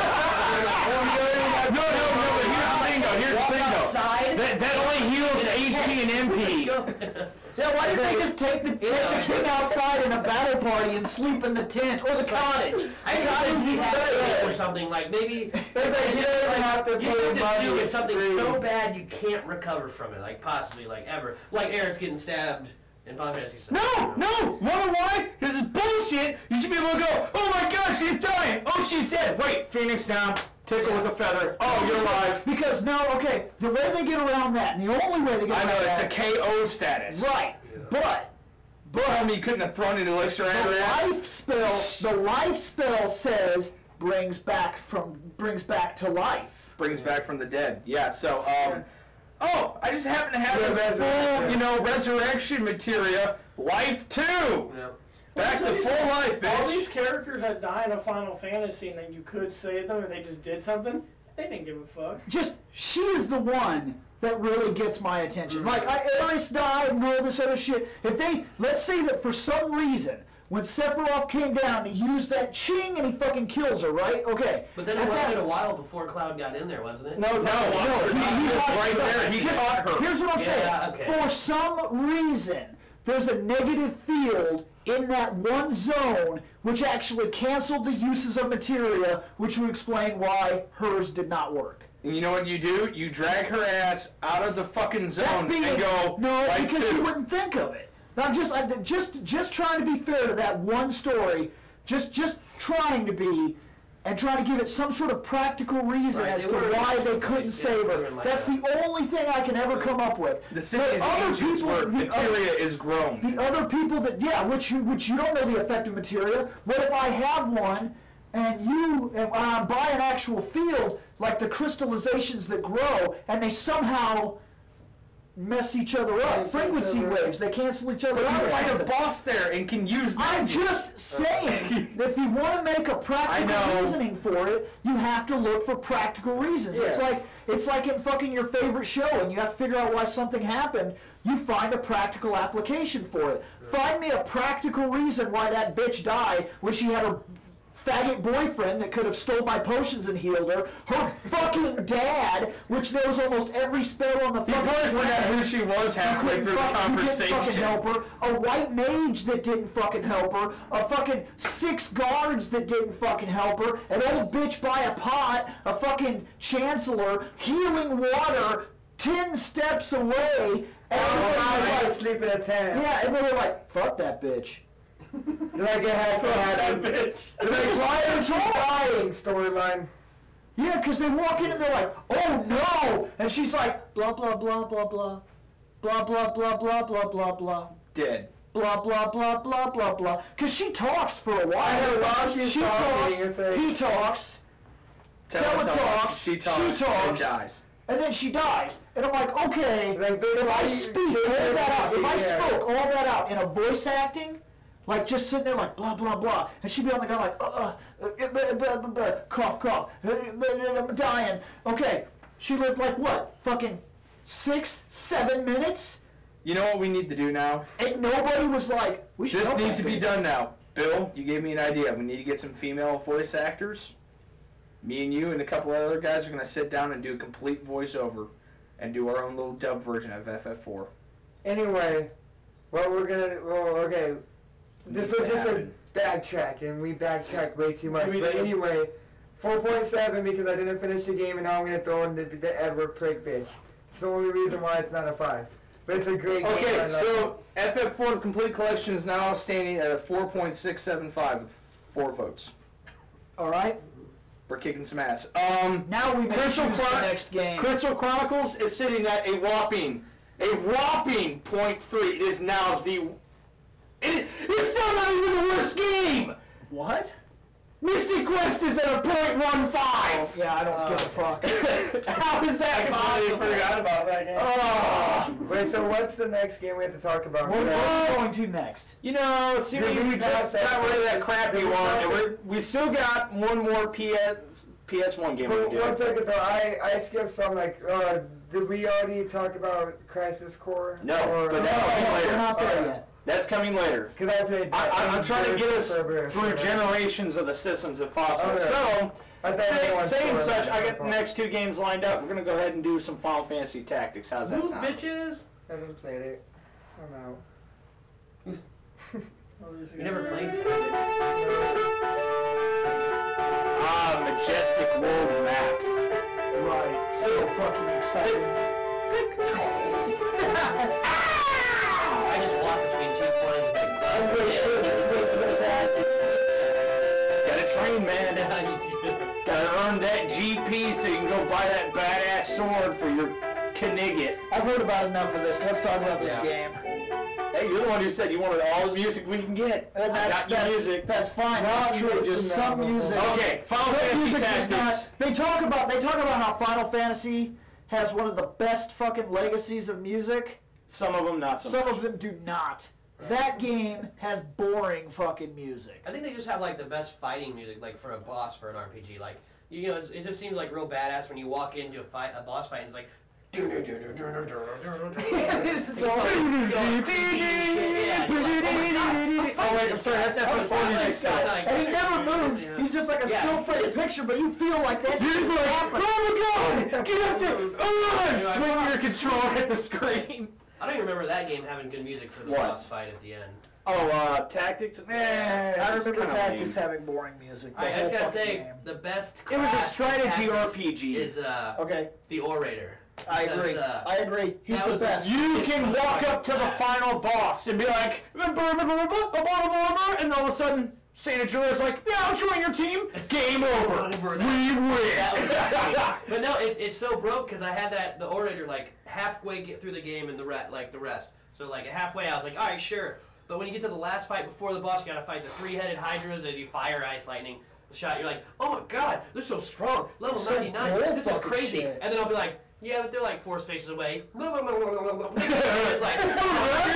No, no, no, but here's the thing though, here's the thing though. Outside. That, that only heals HP and MP. Yeah, why didn't they just take the, take the kid outside in a battle party and sleep in the tent or the cottage? I The cottage just would be think better. that or something like maybe. like, you don't even have to You pay could just money, do it's is something free. so bad you can't recover from it, like possibly, like ever. Like Eric's getting stabbed in Final Fantasy VII. No, no. Wonder why? This is bullshit. You should be able to go. Oh my God, she's dying. Oh, she's dead. Wait, Phoenix down. Tickle with a feather. Oh, you're alive. Because no, okay, the way they get around that, and the only way they get I around know it's a that, KO status. right? But But I mean, you couldn't have thrown an elixir at the her ass. life spell, the life spell says brings back from brings back to life. Brings back from the dead. Yeah. So, um, oh, I just happen to have this full, Resurrection. you know, resurrection materia. Life two. You know? Back to full life, All these bitch. characters that died in Final Fantasy and that you could save them if they just did something, they didn't give a fuck. Just she is the one that really gets my attention. Like I, Ares died and all this other shit. If they let's say that for some reason. When Sephiroth came down, he used that ching and he fucking kills her, right? Okay. But then At it that- waited a while before Cloud got in there, wasn't it? No, no, no. He, was Oh, right there. He caught her. Here's what I'm Yeah, saying. okay. For some reason, there's a negative field in that one zone which actually canceled the uses of materia, which would explain why hers did not work. And you know what you do? You drag her ass out of the fucking That's zone being and go. no, life because two. you wouldn't think of it. I'm just I, just just trying to be fair to that one story. Just just trying to be. And try to give it some sort of practical reason Right, as they to were- why they couldn't they save her. were like That's that. the only thing I can ever come up with. The city But is ancient's work. the other- Materia is grown. the other people that yeah, which you which you don't know the effective material. What if I have one and you and I buy an actual field like the crystallizations that grow and they somehow mess each other up. Cancel each Frequency other. waves, they cancel each other But out. you or fight a something. boss there and can use I'm magic. just saying, that if you want to make a I practical know. reasoning for it, you have to look for practical reasons. It's Yeah. like it's like in fucking your favorite show, and you have to figure out why something happened. You find a practical application for it. Find me a practical reason why that bitch died when she had a faggot boyfriend that could have stole my potions and healed her. Her fucking dad, which knows almost every spell on the You fucking probably forgot planet. who she was halfway Couldn't through the fuck- you didn't fucking conversation. help her. A white mage that didn't fucking help her. A fucking six guards that didn't fucking help her. An old bitch by a pot. A fucking chancellor. Healing water. Ten steps away. And Oh, I everybody was was like, sleeping at 10. yeah, and they were like, fuck that bitch. Then I get half That happy. bitch. They're like, why are you dying? Storyline. Yeah, because they walk in and they're like, oh no! And she's like, blah, blah, blah, blah, blah. Blah, blah, blah, blah, blah, blah, blah. Dead. blah blah blah blah blah blah. Cause she talks for a while. know, while she's she talking, talks. it's like- He talks, Teletalks, Teletalks, She she talks. And talks. dies. and then she dies. And I'm like, okay. Like, this if why I you- speak this all is- that out, if I yeah. spoke all that out in a voice acting, like just sitting there like blah blah blah, and she'd be on the ground like uh uh, uh, uh, blah, blah, blah, blah, cough cough, uh, uh, I'm dying. Okay, she lived like what? Fucking six, seven minutes, You know what we need to do now? and nobody was like, we should. This help needs that to be bitch. done now. Bill, you gave me an idea. We need to get some female voice actors. Me and you and a couple other guys are going to sit down and do a complete voiceover and do our own little dub version of FF4. Anyway, what we're gonna well okay, this Needs is to just a happen. backtrack, and we backtrack way too much. We But did. anyway, four point seven because I didn't finish the game, and now I'm gonna throw in the, the Edward prick bitch. It's the only reason why it's not a five, but it's a great game. I Okay, love so FF4 the complete collection is now standing at a 4.675 with four votes. All right. We're kicking some ass. Um, Now we may choose Crystal, the Chron- next game. Crystal Chronicles is sitting at a whopping, a whopping point three. It is now the. It, it's still not even the worst game. What? Mystic Quest is at a point one five. Oh, Yeah, I don't give a fuck. How is that possible? forgot about that game. Oh. it. Wait, so what's the next game we have to talk about? What are Oh. we going to next? You know, see, we Did we just pass got that- rid of that crappy did we one, pass and we're, we still got one more PS PS1 game But to one do. second though, I I skipped some like uh, did we already talk about Crisis Core? No, Or- Oh, but No, that's coming we're not later. there yet. That's coming later. Because I played. I, I, I'm trying to get us Cerberus, through Cerberus. generations of the systems if possible. Okay. So, I thought say- everyone saying scored such, on I that got the phone. next two games lined up. We're gonna go ahead and do some Final Fantasy Tactics. How's that Move, sound? bitches. Haven't played it. I'm out. Oh, You never played it. Ah, majestic world map. Right. So fucking excited. I I just walk between two corners like, fuck this. Gotta train, man. Yeah, you do. Gotta earn that GP so you can go buy that badass sword for your Knigget. I've heard about enough of this. Let's talk about this Yeah. game. Hey, you're the one who said you wanted all the music we can get. And Not Uh, that's, your that's, music. that's fine. That's true. Just listen some to that. music. Okay, Final Some Fantasy music does Tactics. not. They talk about they talk about how Final Fantasy has one of the best fucking legacies of music. Some of them, not so Some much. of them do not. That game has boring fucking music. I think they just have like the best fighting music, like for a boss for an RPG. Like you know, it's, it just seems like real badass when you walk into a fight, a boss fight, and it's like. It's all- Oh, wait, I'm sorry, that's Oh, episode music it's like- still. like- And he never moves. Yeah. He's just like a Yeah. still frame picture, but you feel like that. You're just shit like, happened. oh my god, get up there, oh, and swing your controller at the screen. I don't even remember that game having good music for the What? boss fight at the end. Oh, uh, tactics? Eh, I it's remember kinda Tactics lame. having boring music. the I, I just whole gotta fucking say, game. the best. It was a class strategy tactics RPG. Is uh, Okay, the orator. I Because, agree. uh, I agree. He's that the was the- best. You can walk up to the final boss and be like, remember, remember, remember, remember, remember, and all of a sudden, Santa Julia's like, yeah, I'll join your team. Game over. Over. We win. But no, it, it's so broke because I had that the orator like halfway get through the game and the re- like the rest. So like halfway, I was like, all right, sure. But when you get to the last fight before the boss, you gotta fight the three-headed hydras and you fire ice lightning shot. You're like, oh my god, they're so strong, level Some 99. bull This is fucking crazy. shit. And then I'll be like, yeah, but they're like four spaces away. it's like.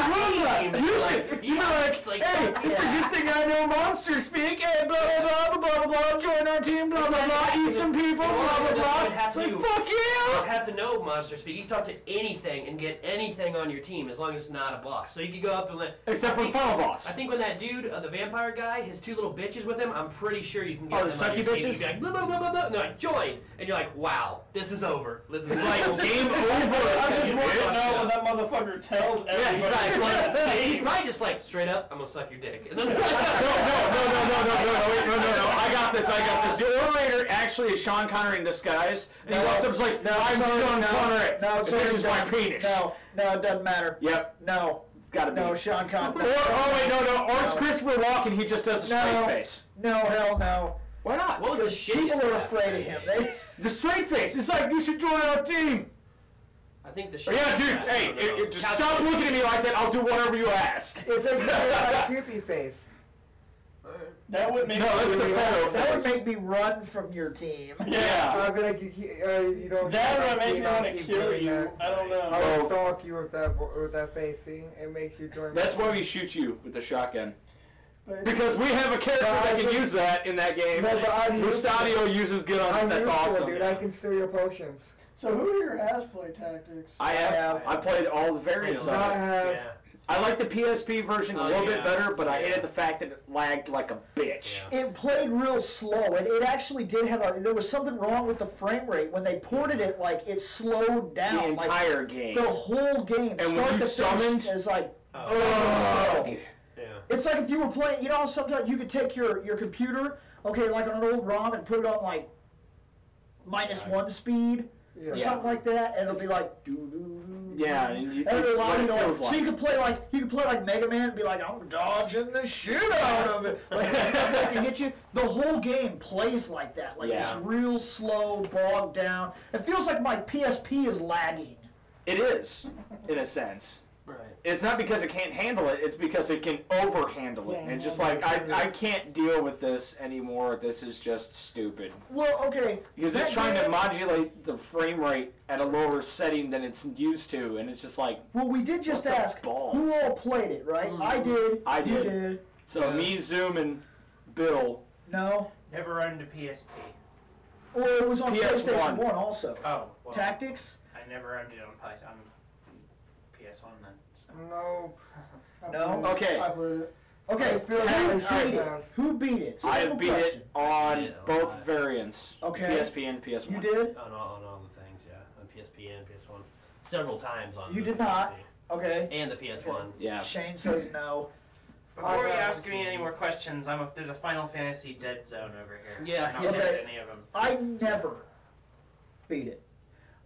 You should, you know, like, It's like, hey, it's a good thing I know monster speak, hey, blah, blah, blah, blah, blah, blah, join our team, blah, blah, blah, eat some people, blah, blah, blah. It's like, fuck You you. don't have to know monster speak. You can talk to anything and get anything on your team as long as it's not a boss. So you could go up and let. Except I for the think- final boss. I think when that dude, uh, the vampire guy, his two little bitches with him, I'm pretty sure you can get Oh, the them on your sucky team. You'd bitches? be like, blah, blah, blah, blah, blah. No, I joined. And you're like, wow, this is over. This is It's like, game over. I Okay, just you want to bitch. know when that motherfucker tells everybody. Right, like, Yeah. he's probably just like, straight up, I'm gonna suck your dick. And then, no, no, no, no, no, no, no, wait, no, no, no. I got this, I got this. The orator actually is Sean Connery in disguise, and he No. walks up and is like, No, I'm it's already- Sean no, Connery. No, and it's this already is my done. penis. No, no, it doesn't matter. Yep. No, It's gotta be. no, Sean Or, Connery. oh, wait, no, no. Or it's Christopher Walken, he just does a straight No. face. No, hell no. Why not? what was the shittiest People are class afraid of in him. that game? They, The straight face. It's like, you should join our team. I think the shittiest Oh, Yeah, dude, class- hey, no, no, it, no. it, just Couch stop looking at me like that. I'll do whatever you ask. It's like a creepy face. That would make No, that's the pedo that would face. make me run from your team. Yeah. I'd be like, you, keep- uh, you don't. That would make me want to keep kill doing you. that. I don't know. I Oh. would stalk you with that vo- with that face. See, it makes you join. That's my- why we shoot you with the shotgun. But- Because we have a character But I that can think- use that in that game. No, but I'm used to Mustadio uses good on I'm us. That's useful, awesome. dude. I can steal your potions. So who here has played tactics? I have, I have- played all the variants I of I it. have. Yeah. I like the PSP version a Oh, little yeah. bit better, but I Yeah. hated the fact that it lagged like a bitch. Yeah. It played real slow, and it actually did have a. There was something wrong with the frame rate when they ported it. Like it slowed down. The like, entire game. the whole game. And when start you to summoned- finish, is like Oh. Yeah. It's like if you were playing, you know, how sometimes you could take your, your computer, okay, like on an old ROM and put it on like minus one speed or Yeah. something like that, and it'll be like doo doo doo. Yeah, and you, And it'll it's allow what you it to, like, feels so you like. could play like you could play like Mega Man and be like, I'm dodging the shit out of it. Like that can get you. The whole game plays like that. Like Yeah. it's real slow, bogged down. It feels like my PSP is lagging. It is, in a sense. Right. It's not because it can't handle it, it's because it can overhandle it. and it's just like, I, I can't deal with this anymore. This is just stupid. Well, okay. Because that it's trying game- to modulate the frame rate at a lower setting than it's used to, and it's just like, Well, we did just What the ask balls? who all played it, right? I did. I You did. did. so me, Zoom, and Bill. No. Never owned a PSP. Or it was on PlayStation PS1. One also. Oh, well, Tactics? I never owned it on, Pi- on PS1 then. So. No. No. Okay. I played it. Okay. I feel who like I beat it? have. Who beat it? I Simple have beat question. it on Yeah, both alright. variants. Okay. PSP and PS1. You did. On all, on all the things, yeah. On PSP and PS1. Several times on You the did not. PSP. Okay. And the PS1. Yeah. Shane says no. Before you I, uh, ask me any more questions, I'm a, there's a Final Fantasy dead zone over here. Yeah, I'm not yeah. touched Okay. any of them. I never beat it.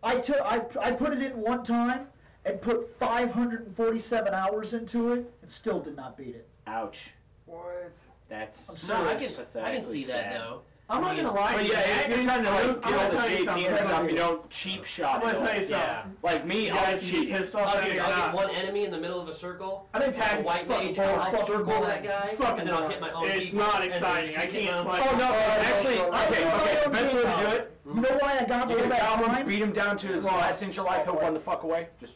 I took I, I put it in one time and put 547 hours into it and still did not beat it. Ouch. What? That's I'm No, I serious. can, I can see that though. I'm not gonna lie. But yeah, if you're trying to I'm like gonna get all the tell you JP something. and stuff, you don't cheap I'm shot. gonna it all. tell you something. Yeah. Like me, You I'll guys get cheat. pissed off I'll at get, me or I'll get not. one enemy in the middle of a circle. I think A tactics white is fucking mage, and boring. I'll circle boring. that guy, It's fucking and then I'll boring. hit my own. It's people, not and just exciting. I keep it can't on. play. Oh no! Actually, okay, okay. Best way to do it. You know why I got You all can that goblin, time? beat him down to his last inch of life. He'll run the fuck away. Just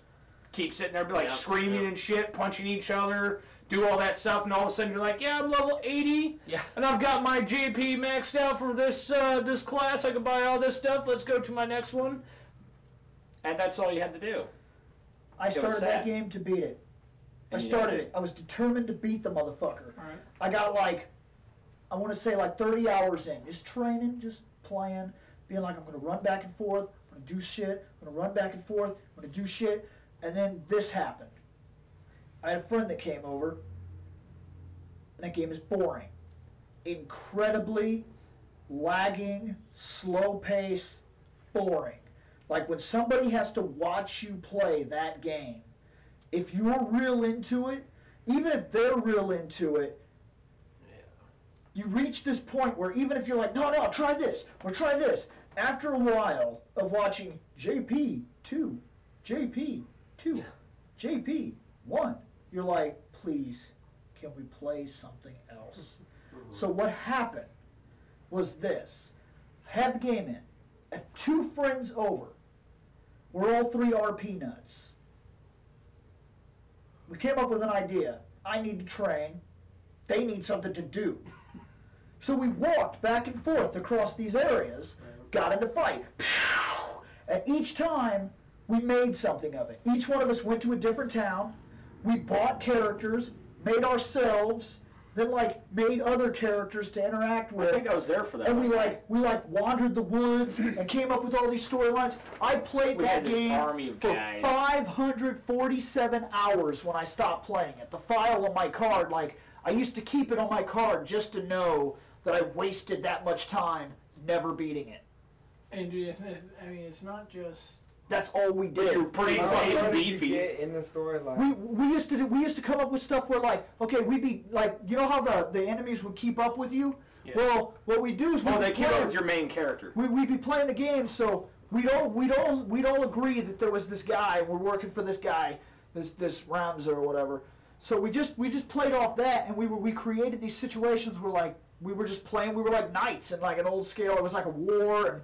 keep sitting there, be like Yeah, screaming yeah. and shit, punching each other, do all that stuff, and all of a sudden you're like, yeah, I'm level 80, Yeah. and I've got my JP maxed out for this uh, this class. I can buy all this stuff. Let's go to my next one. And that's all you had to do. I started that sad. game to beat it. I And you didn't started do it. I was determined to beat the motherfucker. Alright. I got like, I want to say like 30 hours in, just training, just playing, being like, I'm going to run back and forth, I'm going to do shit, I'm going to run back and forth, I'm going to do shit. And then this happened. I had a friend that came over, and that game is boring. Incredibly lagging, slow pace, boring. Like when somebody has to watch you play that game, if you're real into it, even if they're real into it, you reach this point where even if you're like, no, no, try this or try this, after a while of watching JP two, JP two, JP one, you're like, please, can we play something else? So what happened was this: had the game in, have two friends over, we're all three RP nuts. We came up with an idea. I need to train. They need something to do. So we walked back and forth across these areas, got into fight. Pew! And each time we made something of it. Each one of us went to a different town. We bought characters, made ourselves, then like made other characters to interact with. I think I was there for that. and we one. like we like wandered the woods and came up with all these storylines. I played We that had this game army of for guys. 547 hours when I stopped playing it. The file on my card, like I used to keep it on my card just to know that I wasted that much time never beating it. And dude, it's, I mean, it's not just That's all we did. You're pretty How fucking far did you beefy. Get in the storyline. we, we used to do, we used to come up with stuff where like okay we'd be like you know how the, the enemies would keep up with you well what we do is we Oh, they came up with your main character. we, we'd be playing the game, so we'd all we'd all we'd all agree that there was this guy, we're working for this guy, this this Ramza or whatever. So we just we just played off that, and we were we created these situations where like we were just playing, we were like knights and like an old scale. It was like a war, and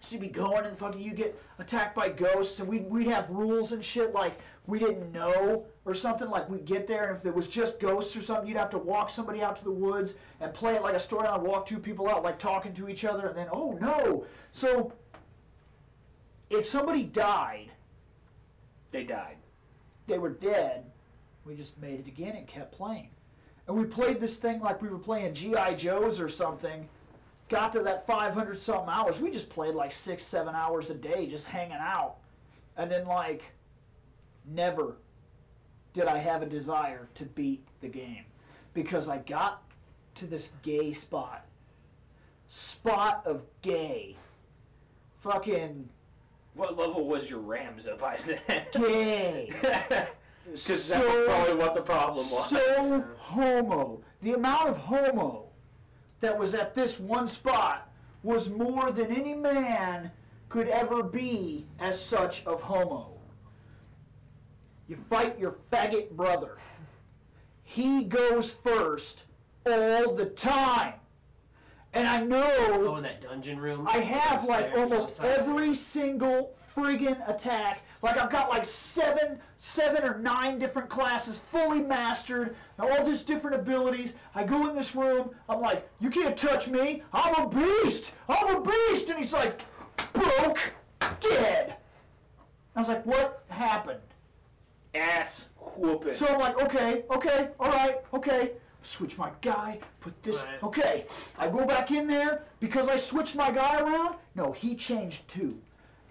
she'd be going and fucking you get attacked by ghosts, and we'd we'd have rules and shit like we didn't know or something. Like we'd get there, and if there was just ghosts or something, you'd have to walk somebody out to the woods and play it like a story. I'd walk two people out, like talking to each other, and then oh no, so. If somebody died, They died. they were dead. We just made it again and kept playing. And we played this thing like we were playing G.I. Joe's or something. Got to that 500 something hours. We just played like six, seven hours a day just hanging out. And then, like, never did I have a desire to beat the game because I got to this gay spot. Spot of gay. Fucking What level was your Rams up by then? gay. Because that So- was probably what the problem was. So homo. The amount of homo that was at this one spot was more than any man could ever be as such of homo. You fight your faggot brother. He goes first all the time. And I know Go in that dungeon room. I have like Upstairs, almost all the time. every single friggin' attack. Like I've got like seven, seven or nine different classes fully mastered, and all these different abilities. I go in this room. I'm like, you can't touch me. I'm a beast. I'm a beast. And he's like, broke, dead. I was like, what happened? Ass whooping. So I'm like, okay, okay, all right, okay. Switch my guy, put this. Right. Okay, I go back in there because I switched my guy around. No, he changed too,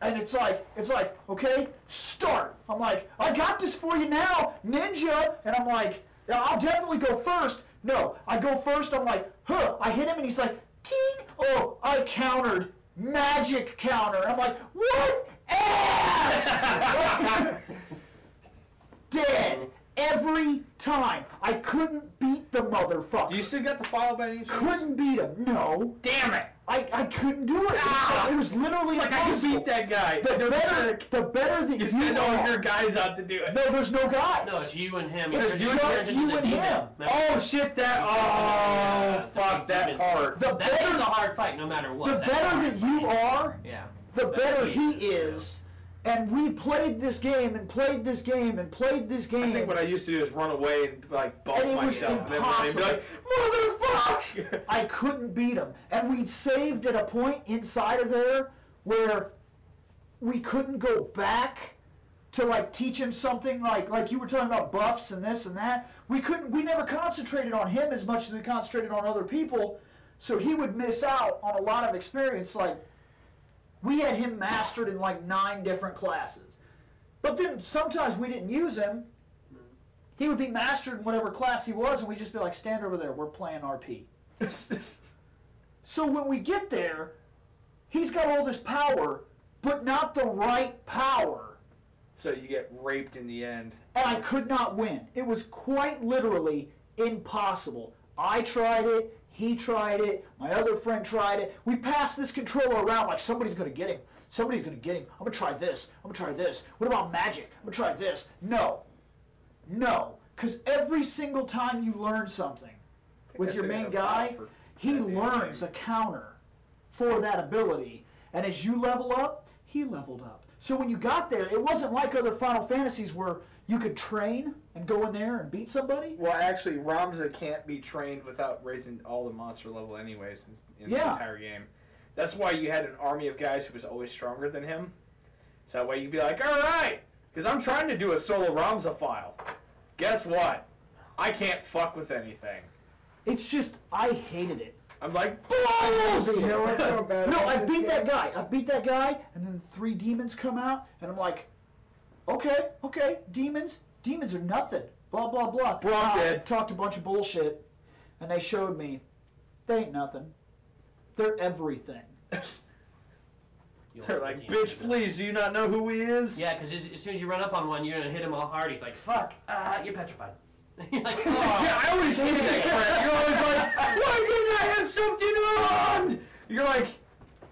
and it's like, it's like, okay, start. I'm like, I got this for you now, ninja, and I'm like, yeah, I'll definitely go first. No, I go first. I'm like, huh. I hit him, and he's like, ting. Oh, I countered magic counter. I'm like, what? ass! Dead every time. I couldn't beat the motherfucker. Do you still got the file by any chance? couldn't beat him. No, Damn it! I, I couldn't do it. It was- Ah! it was literally Like I can impossible. beat that guy. The better, the better that you, You "Oh, send all are. your guys out to do it. No, there's no guys. No, it's you and him. It's You're just turned into you the and demon. him. Remember? Oh shit! That Yeah, oh the fuck big that demon. part. The That is a better, hard fight, no matter what. the That's a better hard that you fight. are, Yeah. the better he he is. And we played this game and played this game and played this game. I think what I used to do is run away and like bump And it was myself, and then they'd be like, "Motherfuck!" I couldn't beat him. And we'd saved at a point inside of there where we couldn't go back to like teach him something like like you were talking about buffs and this and that. We couldn't we never concentrated on him as much as we concentrated on other people. So he would miss out on a lot of experience like we had him mastered in like nine different classes. But then sometimes we didn't use him. He would be mastered in whatever class he was, and we'd just be like, stand over there, we're playing RP. So when we get there, he's got all this power, but not the right power. so you get raped in the end. And I could not win. It was quite literally impossible. I tried it, he tried it, my other friend tried it. We passed this controller around like somebody's gonna get him. Somebody's gonna get him. I'm gonna try this. I'm gonna try this. What about magic? I'm gonna try this. No. No. Because every single time you learn something with that's your a main good guy, amount for he that damn learns a thing. counter for that ability. And as you level up, he leveled up. So when you got there, it wasn't like other Final Fantasies where you could train and go in there and beat somebody. Well, actually, Ramza can't be trained without raising all the monster level, anyways, in, in the Yeah. entire game. That's why you had an army of guys who was always stronger than him. So that way you'd be like, all right, because I'm trying to do a solo Ramza file. Guess what? I can't fuck with anything. It's just I hated it. I'm like, Balls! You know what's so bad No, about I this beat that game? guy. I beat that guy, and then three demons come out, and I'm like, okay, okay, demons, demons are nothing. Blah blah blah. Bro, I'm I dead. Talked a bunch of bullshit, and they showed me they ain't nothing. They're everything. You'll they're hurt like, the demon. bitch, please, do you not know who he is? Yeah, because as, as soon as you run up on one, you're gonna hit him all hard. He's like, "Fuck, ah, you're petrified." you're like, "Oh." Yeah, I always hated that crap. You're always like, why didn't I have something on? You're like,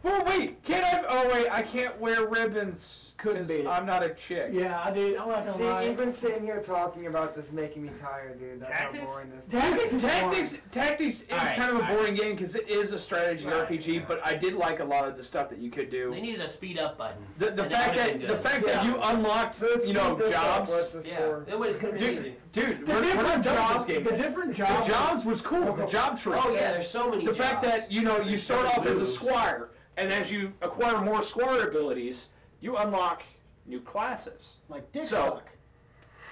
well, wait, can't I? Oh, wait, I can't wear ribbons. Couldn't 'cause beat it. I'm not a chick. Yeah, I did. I'm not gonna lie. See, even sitting here talking about this is making me tired, dude. That's Tactics? how boring this. Tactics, tactics, tactics is All right, kind of a all right. boring game because it is a strategy Right, RPG, yeah. but I did like a lot of the stuff that you could do. They needed a speed up button. The, the And fact would've that been the good. fact that you unlocked, Let's you know, keep this up. jobs. What's the yeah, score? that would have Dude, been dude, The we're, we're not different done with jobs, this game. the different The jobs. jobs was cool. The job trees. Oh yeah, there's so many. the fact jobs. that you know you There's start so off many as a moves. squire, and as you acquire more squire abilities, you unlock new classes. Like dick So- suck.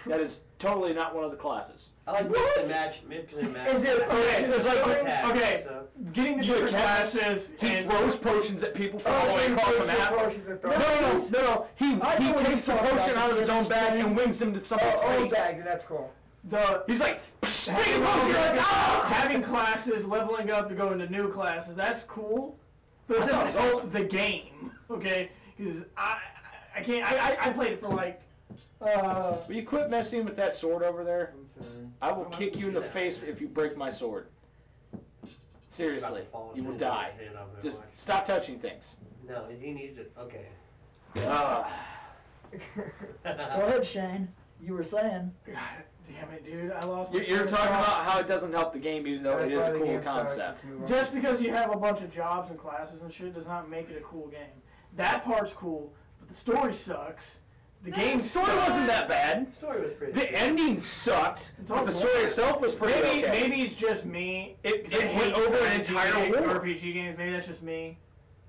That is totally not one of the classes. I like mix What? and match. Mix and match. Is it- okay, it's like- Attack, okay. so- Getting the You different cast- classes He and throws potions at people from all the way across Oh, the map. No, no, no, no, no. He I know he what takes a you're talking potion about. Oh, out of his own bag and wings him to someone's Old face. bag, Oh, dude, that's cool. the He's like, "Psh, take a potion. You're like, ah! having classes, leveling up to go into new classes. That's cool, but it thought it doesn't was help the game, okay? Because I, I I can't. I, I, I played it for like, uh, Will you quit messing with that sword over there? I will kick you in the Yeah. face if you break my sword. Seriously, you will die. Just stop touching things. Ah. No, he needs it. Okay. Go ahead, Shane. You were saying. damn it, dude, I lost. my You're, you're train of talking thought. about how it doesn't help the game, even though it is a cool concept. Just because you have a bunch of jobs and classes and shit does not make it a cool game. That part's cool, but the story sucks. The game The story sucks. wasn't that bad. Story was pretty. The ending sucked, It's but all the story boring. itself was pretty Maybe okay. maybe it's just me. It- 'Cause it I went hate over an strategy entire games, war. RPG games. Maybe that's just me.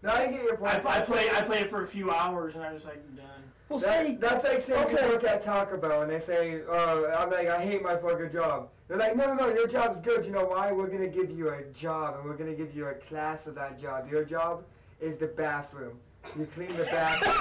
No, I get your point. I, I played I played it for a few hours and I was like done. Well, That- see, that's like saying Okay. you work at Taco Bell and they say, uh, I'm like, I hate my fucking job. They're like, no, no, no, your job's good. You know why? We're gonna give you a job and we're gonna give you a class of that job. Your job is the bathroom. You clean the bathroom.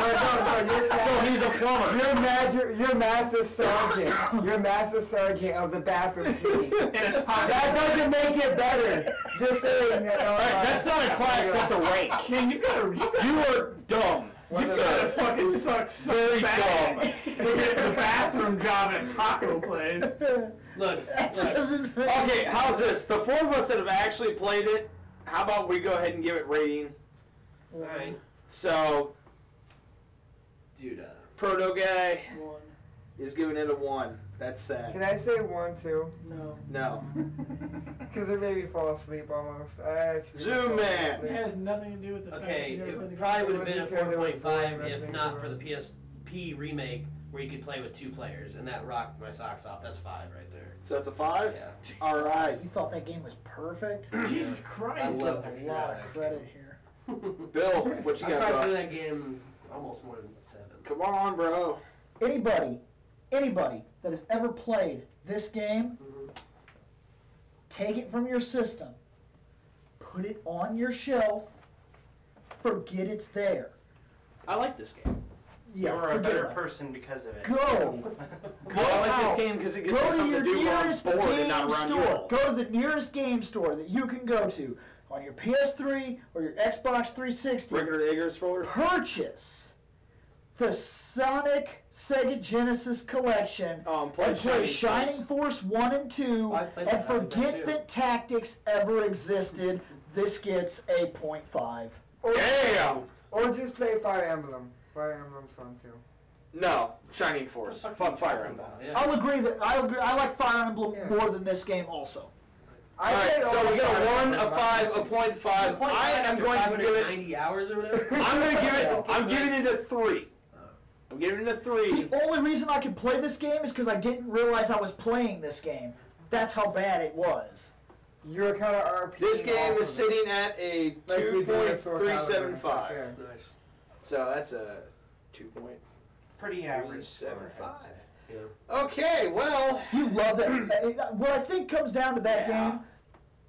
no, no, no, your So class- he's a plumber. You're master, you're master sergeant. You're master sergeant of the bathroom cleaning. that doesn't make it better. Just saying that. uh, All right, that's not a class. That's a rank. Man, you've got a you've got You were dumb. One You of gotta those. fucking suck so Very bad dumb. to get the bathroom job at a taco place. Look, look. Doesn't- Okay, how's this? The four of us that have actually played it, how about we go ahead and give it rating? Alright. So, Dude, uh, Proto Guy One. is giving it a one. That's Can sad. I say one too? No. No. Because it made me fall asleep almost. I actually Zoom fell in. asleep. It has nothing to do with the fact that okay, you never played the it game. probably would have been a It wasn't because it 4.5 was boring, if that's not for the boring. PSP remake where you could play with two players, and that rocked my socks off. That's five right there. So that's a five? Yeah. All right. You thought that game was perfect? Jesus I Christ. love a the shit out lot of of that credit game. here. Bill, what you I got, probably bro? threw that game almost more than seven. Come on, bro. Anybody, anybody that has ever played this game, take it from your system, put it on your shelf, forget it's there. I like this game. Yeah, You're a forget better about it. person because of it. Go. Go I like this out. game because it gives me Go to something your to do while I'm nearest bored and not game around store. you. Go to the nearest game store that you can go to on your PS3 or your Xbox 360. Regular Eggers folder. Purchase the Sonic Sega Genesis collection Um, and play play Shining, Shining Force. Force 1 and 2 I played and that, I did that forget too. that tactics ever existed. This gets a point five. Or, Damn! or just play Fire Emblem. Fire Emblem's fun too. No, Shining Force. What the Fuck fuck are Fire Uh, you talking Emblem. about? Yeah. I'll agree that I agree. I like Fire Emblem Yeah. more than this game also. I All right, played all so we got Fire a one, Emblem, a but- five, a point five. Point I five am after going to give it. 590 hours or whatever. I'm going to give it. I'm Okay. giving it a three. I'm giving it a three. The only reason I could play this game is because I didn't realize I was playing this game. That's how bad it was. You're kind of RP. This game is sitting at a Like we two did point with Sword three seven Calibur, it's five. okay. Nice. So that's a two point Pretty three average. seven score, I'd five. say. Yeah. Okay, well, You love it. what I think comes down to that Mm. Yeah. game,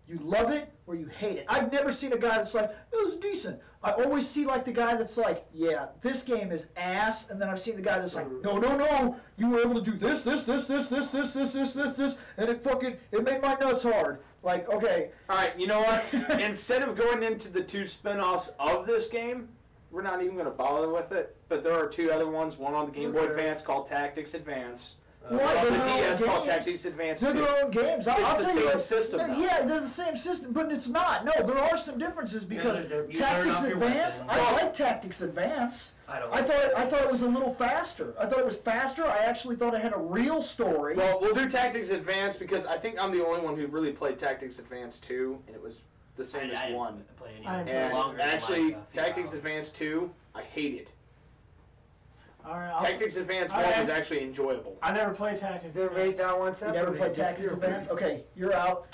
you love it or you hate it. I've never seen a guy that's like, it was decent. I always see like the guy that's like, yeah, this game is ass. And then I've seen the guy that's like, Mm. no, no, no, you were able to do this, this, this, this, this, this, this, this, this, this, and it fucking, it made my nuts hard. Like, okay, all right. You know what? Instead of going into the two spin-offs of this game, we're not even going to bother with it. But there are two other ones. One on the Game Boy Okay. Advance called Tactics Advance. Uh, What? One on the They're all DS called games. Tactics Advance. They're 2. their own games. I- It's I'll the tell you same what- system, no, though. Yeah, they're the same system, but it's not. No, there are some differences because they're- they're- you Tactics learn off your weapon. Advance. I like Tactics Advance. I don't I thought I thought it was a little faster. I thought it was faster. I actually thought it had a real story. Well, we'll do Tactics Advance because I think I'm the only one who really played Tactics Advance 2, and it was the same I- I as didn't 1. play any I didn't And longer than, like, actually, a few Tactics hours. Advance 2, I hate it. Oh. All right, I'll, Tactics Advance I 1 is have- actually enjoyable. I never played Tactics. Then rate that one you separately. never played just Tactics you. Advance. Okay, you're out.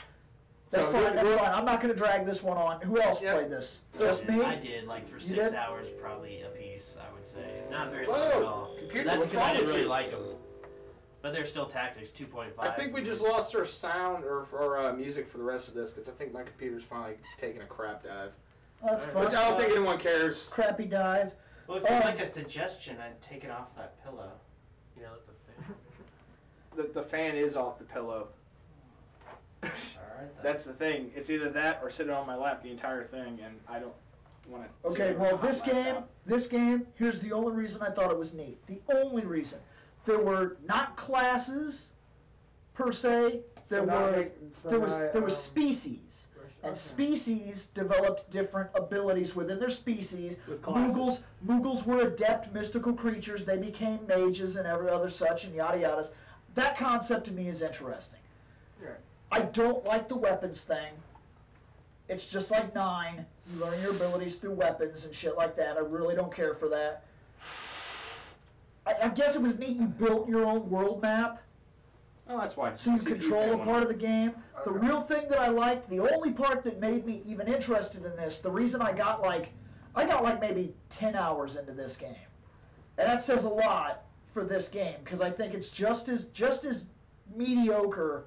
That's So, fine. who- That's who- fine. I'm not going to drag this one on. Who else Yep. played this? So Just I me. did like for You six did? hours, probably a piece. I would say not very Whoa, long at all. computer, That's what's because I wrong didn't with really you? like them, but they're still tactics 2.5. I think we just lost our sound or, or uh, music for the rest of this because I think my computer's finally taking a crap dive. That's Which fine. I don't think anyone cares. Crappy dive. Well, if you'd Um, like a suggestion, I'd take it off that pillow. You know, the thing. The, the fan is off the pillow. All right. That's the thing. It's either that or sit on my lap the entire thing, and I don't want to. Okay, well, this game, this game, here's the only reason I thought it was neat. The only reason. There were not classes per se. There So now were I- so there was now I, there was um, species. And okay. species developed different abilities within their species. With classes. Moogles, Moogles were adept mystical creatures. They became mages and every other such and yada yadas. That concept to me is interesting. Yeah. I don't like the weapons thing. It's just like nine. You learn your abilities through weapons and shit like that. I really don't care for that. I, I guess it was neat. You built your own world map, Oh, that's why. so you control a part of the game. The Okay. real thing that I liked, the only part that made me even interested in this, the reason I got like, I got like maybe ten hours into this game, and that says a lot for this game because I think it's just as just as mediocre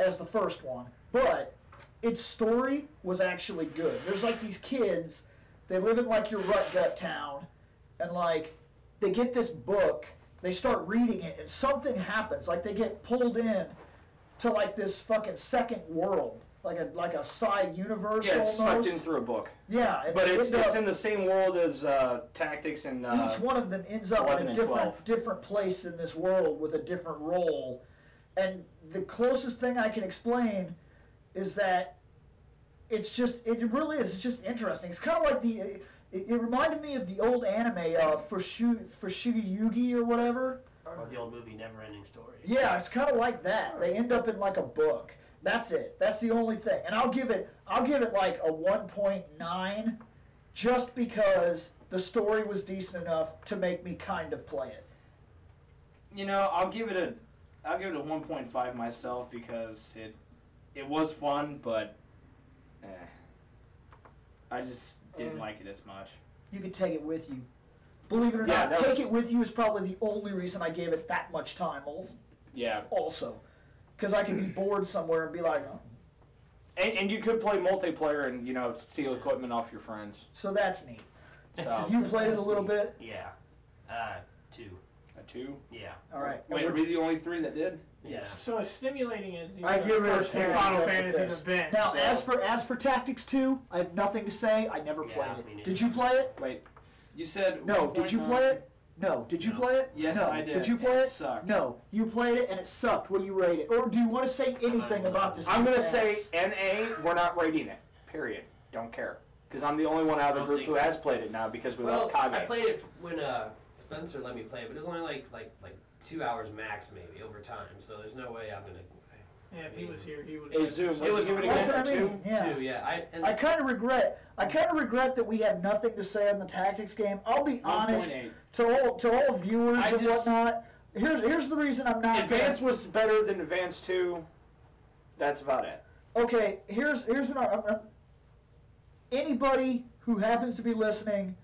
as the first one, but its story was actually good. There's like these kids, they live in like your rut gut town, and like they get this book, they start reading it, and something happens. Like they get pulled in to like this fucking second world. like a like a side universe Yeah, it's almost. sucked in through a book. yeah, uh, and But they it's end it's up- in the same world as uh, Tactics and uh, each one of them ends up in 11 a and different 12. different place in this world with a different role. And the closest thing I can explain is that it's just it really is just interesting. It's kind of like the it, it reminded me of the old anime uh, Fushu Fushigi Yugi or whatever. Or the old movie Never Ending Story. Yeah, it's kind of like that. They end up in like a book. That's it. That's the only thing. And I'll give it I'll give it like a 1.9 just because the story was decent enough to make me kind of play it. You know, I'll give it a, I'll give it a 1.5 myself because it, it was fun, but, eh, I just didn't Mm. like it as much. You could take it with you. Believe it or Yeah, not, that take was- it with you is probably the only reason I gave it that much time al- Yeah, also. Cuz I could be bored somewhere and be like, "Oh." and, and you could play multiplayer and you know steal equipment off your friends. so that's neat. So you played it a little bit. Yeah. Uh, two. a two. Yeah. All right. wait, are we the only three that did? Yes. So as stimulating as these I give it a first two ten. Final Look at Fantasies this. have been, Now, so- as for as for Tactics 2, I have nothing to say. I never Yeah, played me it. neither. Did you play it? Wait, you said No, did you 1.9? play it? No. Did you No. play it? Yes, no. I did. Did you play and it? Sucked. No. You played it and it sucked. What do you rate it? Or do you want to say anything about this? I'm gonna piece of say ass? NA. We're not rating it. Period. Don't care. Because I'm the only one out of the Don't group think who so. has played it now because we Well, lost I Kage. played it when uh, Spencer let me play it, but it was only like like like two hours max, maybe over time. So there's no way I'm gonna. yeah, if he was here, he would. Hey, Zoom, would It you was- give it Well, That's again what for I two? mean. Yeah. Two, yeah. I and I kind of regret. I kind of regret that we have nothing to say on the tactics game. I'll be honest 1.8. to all to all viewers I and just- whatnot. Here's here's the reason I'm not. gonna- Advance was better than Advance Two. That's about it. okay, here's here's what I, I'm, I'm- anybody who happens to be listening,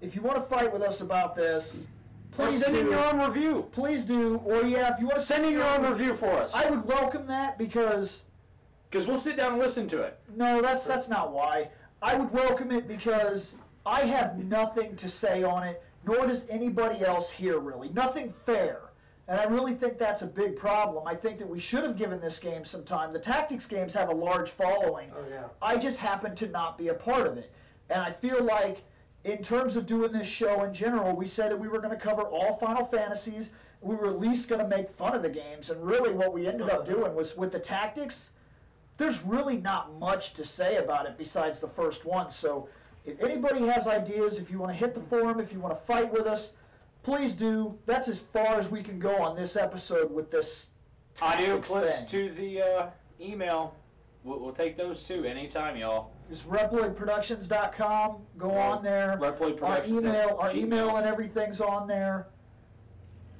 if you want to fight with us about this, Or please send in do. your own review. please do. Or yeah, if you want to Send in your own review for us. I would welcome that because Because we'll sit down and listen to it. no, that's that's not why. I would welcome it because I have nothing to say on it, nor does anybody else here really. Nothing fair. And I really think that's a big problem. I think that we should have given this game some time. The tactics games have a large following. Oh, yeah. I just happen to not be a part of it. And I feel like, in terms of doing this show in general, we said that we were going to cover all Final Fantasies. We were at least going to make fun of the games. And really, what we ended up doing was with the tactics, there's really not much to say about it besides the first one. So, if anybody has ideas, if you want to hit the forum, if you want to fight with us, please do. That's as far as we can go on this episode with this. Audio tactics clips thing. to the uh, email. We'll, we'll take those too anytime, y'all. It's reploidproductions.com. Go on there. Reploid our Productions at email, our Gmail. email and everything's on there.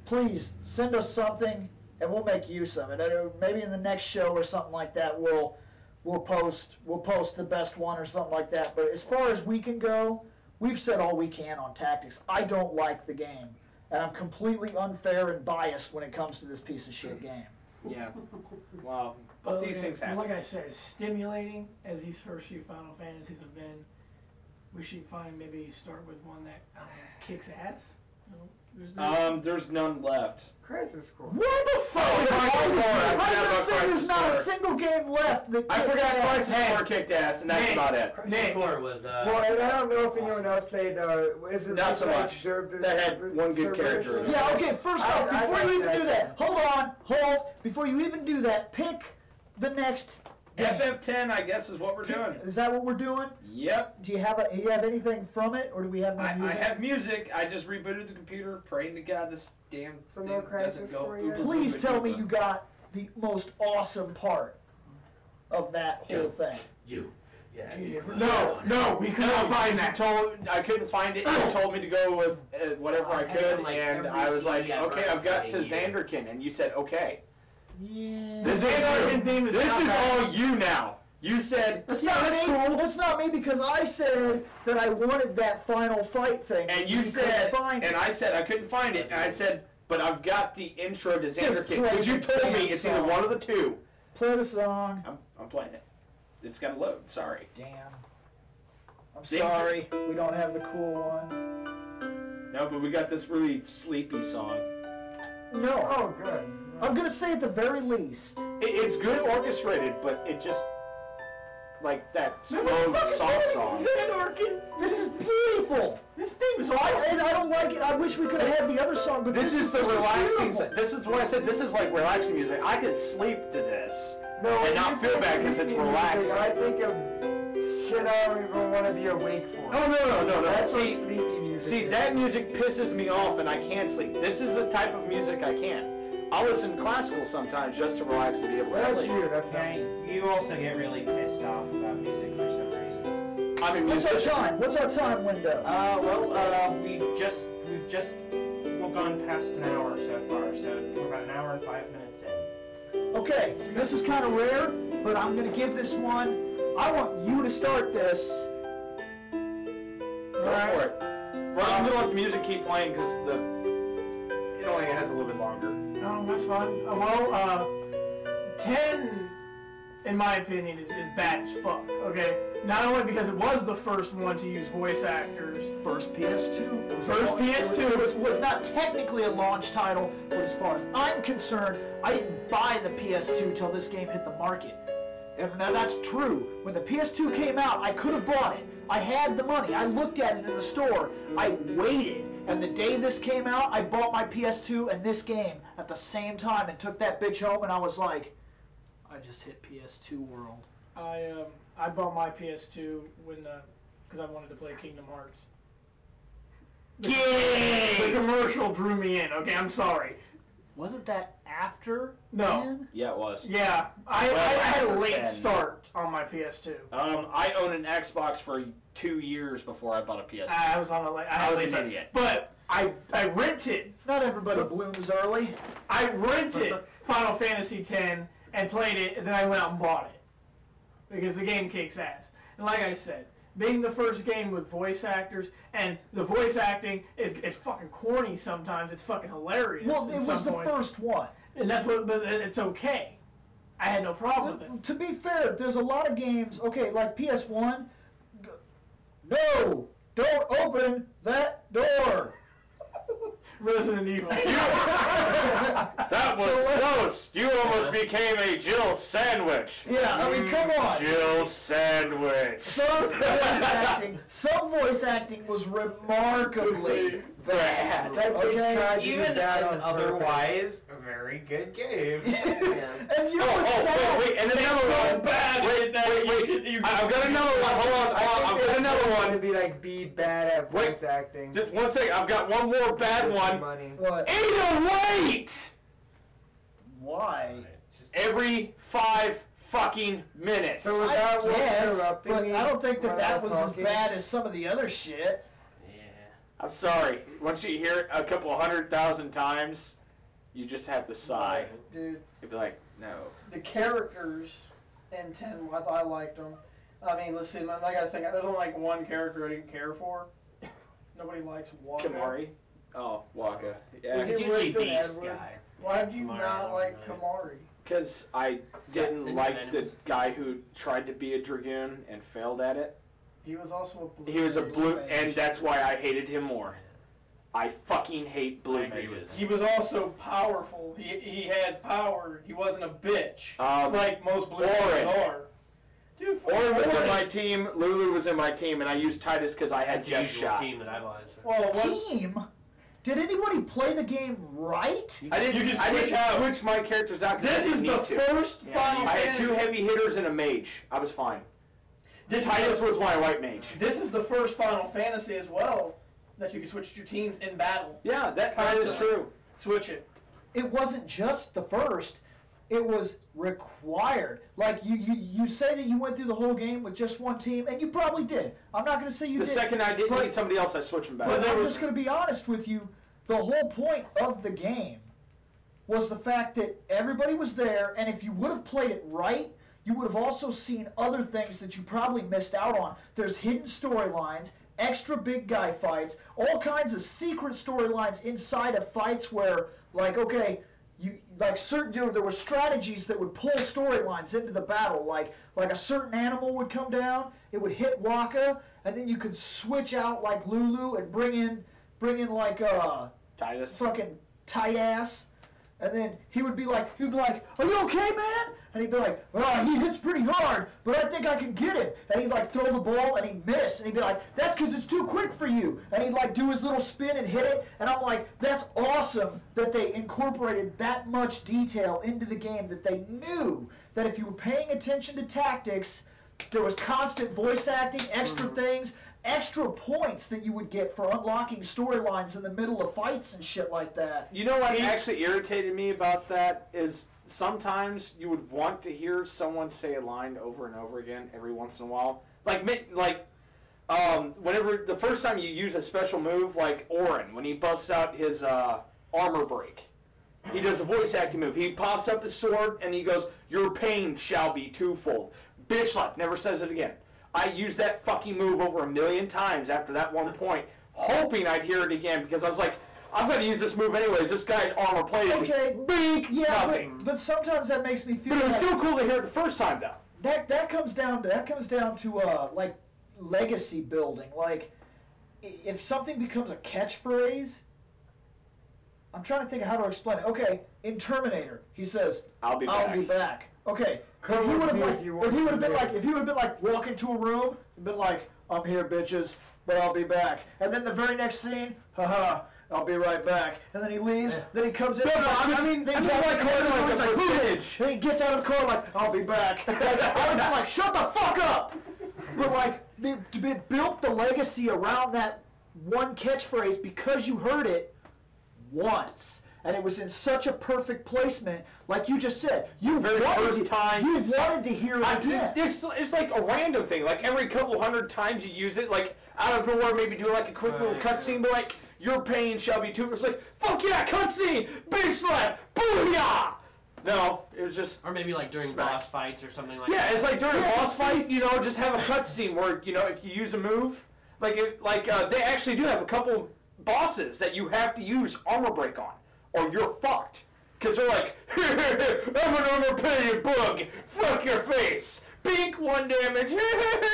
Please send us something, and we'll make use of it. I don't- Maybe in the next show or something like that, we'll we'll post we'll post the best one or something like that. But as far as we can go, we've said all we can on tactics. I don't like the game, and I'm completely unfair and biased when it comes to this piece of Hmm. shit game. Yeah. Well, but But these like- things but happen. Like I said, as stimulating as these first few Final Fantasies have been, we should find maybe start with one that I don't know, kicks ass. You know, there's no- Um, there's none left. Crisis Core. What the fuck? Oh, Crisis Core. I I was forgot gonna about say there's Crisis not a Core. single game left. That I forgot Crisis Hey. Core kicked ass, and that's Hey. about it. Crisis Core was uh. Well, and I don't know if anyone else played. Uh, is it Not so like much. Cerberus- That had one good Cerberus? character in it. Yeah, okay, first I- off, I before got you even that. do that, hold on, hold, before you even do that, pick the next game. FF10, I guess, is what we're doing. Is that what we're doing? Yep. Do you have a, do you have anything from it, or do we have no I, I music? have music. I just rebooted the computer, praying to God this damn So thing no doesn't Crisis go. Core ooba yet? Please dooba tell me dooba. you got the most awesome part of that whole thing. You. Yeah. Yeah. No, no, we couldn't No, find because that. Told, I couldn't find it. You told me to go with uh, whatever Oh, I I had could, it on, like, and every I was like, CD I've okay, run I've got to for a year. Zanderkin, and you said, okay. Yeah. The Zanderkin theme is This is all you now. You said, That's yeah, not that's me. cool. That's not me because I said that I wanted that final fight thing. And you couldn't said, find and it. I said I couldn't find it, and I said, but I've got the intro to Xander King. play Because the you told me damn it's either song. one of the two. play the song. I'm, I'm playing it. It's got to load. Sorry. Damn. I'm Things are- sorry, we don't have the cool one. No, but we got this really sleepy song. No. Oh, good. I'm gonna say at the very least, It, it's good orchestrated, but it just like that slow soft song. Xanarkin! This is beautiful. This theme is I, awesome! and I don't like it. I wish we could have had the other song, but This is the this relaxing. beautiful. This is what I said. This is like relaxing music. I could sleep to this No, and not you feel think bad of because it's sleeping music, relaxing. I think of shit I don't even want to be awake for. No, no, no, no, no. That's what See, sleepy music. see, is. that music pisses me off, and I can't sleep. This is the type of music I can. I listen to classical sometimes just to relax and be able to That's sleep. you. That's not. me. Now, you also get really pissed off about music for some reason. I mean, What's music. our time? What's our time window? Uh, well, uh, we've just we've just well, gone past an hour so far, so we're about an hour and five minutes in. Okay, this is kind of rare, but I'm gonna give this one. I want you to start this. Go for it. Well, I'm gonna let the music keep playing because the it only has a little bit longer. No, that's fine. Uh, well, uh, 10, in my opinion, is, is bad as fuck, okay? Not only because it was the first one to use voice actors, First PS2. was a First launch- PS2. was, was not technically a launch title, but as far as I'm concerned, I didn't buy the PS2 till this game hit the market. And now that's true. When the PS2 came out, I could have bought it. I had the money. I looked at it in the store. I waited. And the day this came out, I bought my PS2 and this game at the same time and took that bitch home, and I was like, I just hit PS2 world. I um, I bought my PS2 when because I wanted to play Kingdom Hearts. The commercial drew me in. Okay, I'm sorry. Wasn't that after? No. Man? Yeah, it was. Yeah, I, Well, I had a after late 10. start on my PS2. Um, I owned an Xbox for two years before I bought a PS. I I was on a late. I, had I a was late an start. idiot. But I I rented Not everybody blooms early. I rented Final Fantasy X and played it, and then I went out and bought it because the game kicks ass. And like I said, being the first game with voice actors and the voice acting is, is fucking corny sometimes. It's fucking hilarious. Well, at it some was the point. first one. and that's what. But it- it's okay. I had no problem with it. To be fair, there's a lot of games. Okay, like PS One. No, don't open that door. Resident Evil. That was So let's- close. You almost became a Jill sandwich. Yeah, I mean, come Mm, on. Jill sandwich. Some voice acting, some voice acting was remarkably bad. That they Okay, tried to do Even that an on purpose. otherwise very good game. Yeah. and you Oh, would oh, sound wait, wait, and then another one. wait, wait, wait. I- I've got another one. Hold on, hold on. I've got another To one. be like, be bad at voice Wait. acting. Just one second. I've got one more bad Get some one. Money. what? Ada, wait! Why? Every five fucking minutes. So- I Without what guess, interrupting but me I don't think that while that I was was as talking? bad as some of the other shit. I'm sorry. Once you hear it a couple hundred thousand times, you just have to sigh. Dude, You'd be like, no. the characters in 10, I, I liked them. I mean, let's see, I gotta think, there's only like one character I didn't care for. Nobody likes Waka. Kamari. Oh, Waka. Did Yeah, you- It's usually Winston these Edward. guy. Why do you Kamari, I not don't like know. Kamari? because I didn't Yeah, like the didn't- guy who tried to be a dragoon and failed at it. He was also a blue. He was a mage. blue, and that's why I hated him more. I fucking hate I blue agree with mages. He was also powerful. He, he had power. He wasn't a bitch. Um, like most blue Orin. mages are. Dude, fuck Orin was in Orin. my team. Lulu was in my team, and I used Titus because I had That's the Jet usual Shot. team that I've always. Well, what, Team. Did anybody play the game right? I didn't. You can I switch didn't out. switch my characters out. 'cause I this didn't is the need to. first Final I had Fantasy. two heavy hitters and a mage. I was fine. This is, Titus the, was my white mage. this is the first Final Fantasy as well that you can switch your teams in battle. Yeah, that that is true. Switch it. it wasn't just the first it was required like you, you you say that you went through the whole game with just one team and you probably did i'm not going to say you The did second I didn't but, need somebody else, I switched him back. but i'm just going to be honest with you the whole point of the game was the fact that everybody was there and if you would have played it right you would have also seen other things that you probably missed out on there's hidden storylines extra big guy fights all kinds of secret storylines inside of fights where like okay you like certain you know, there were strategies that would pull storylines into the battle like like a certain animal would come down it would hit waka and then you could switch out like lulu and bring in bring in like uh Titus. fucking tight ass And then he would be like, he'd be like, "Are you okay, man?" And he'd be like, "Well, he hits pretty hard, but I think I can get him." And he'd like throw the ball and he'd miss, and he'd be like, "That's because it's too quick for you." And he'd like do his little spin and hit it, and I'm like, "That's awesome that they incorporated that much detail into the game that they knew that if you were paying attention to tactics, there was constant voice acting, extra Mm-hmm. things, extra points that you would get for unlocking storylines in the middle of fights and shit like that." You know what actually irritated me about that is sometimes you would want to hear someone say a line over and over again every once in a while. Like mi- like um, whenever the first time you use a special move, like Orin when he busts out his uh, armor break, he does a voice acting move. He pops up his sword and he goes, "Your pain shall be twofold." Bitch slap never says it again. I used that fucking move over a million times after that one point, hoping I'd hear it again because I was like, "I'm gonna use this move anyways." This guy's armor plated. Okay. Bink. Yeah, Nothing. but, but sometimes that makes me feel But it was like- still cool to hear it the first time, though. that that comes down to that comes down to uh like legacy building. Like i- if something becomes a catchphrase, I'm trying to think of how to explain it. Okay, in Terminator, he says, I'll be I'll back." be back." Okay, Come if he with would have me like, if if you want he to would have been live. like if he would have been like walk into a room and been like, "I'm here, bitches, but I'll be back," and then the very next scene, haha. I'll be right back. And then he leaves. Then he comes in. No, and no, like, I mean- they I mean, drive like, the car, like and the it's like, percentage. and he gets out of the car like, I'll be back. Like, I would be like, shut the fuck up. But like, they, they built the legacy around that one catchphrase because you heard it once. And it was in such a perfect placement, like you just said. You Very wanted first to, time. You wanted to hear it I, again. it's, it's like a random thing. Like every couple hundred times you use it, like out of nowhere, maybe do like a quick little cutscene, but like your pain shall be too. It's like fuck yeah, cutscene, bitch slap, booyah. No, it was just Or maybe like during Smack. boss fights or something like yeah. that. It's like during a boss fight, you know, just have a cutscene where you know if you use a move, like it, like uh, they actually do have a couple bosses that you have to use armor break on, or you're fucked. Cause they're like, I'm an armor-plated bug. Fuck your face. Bink one damage.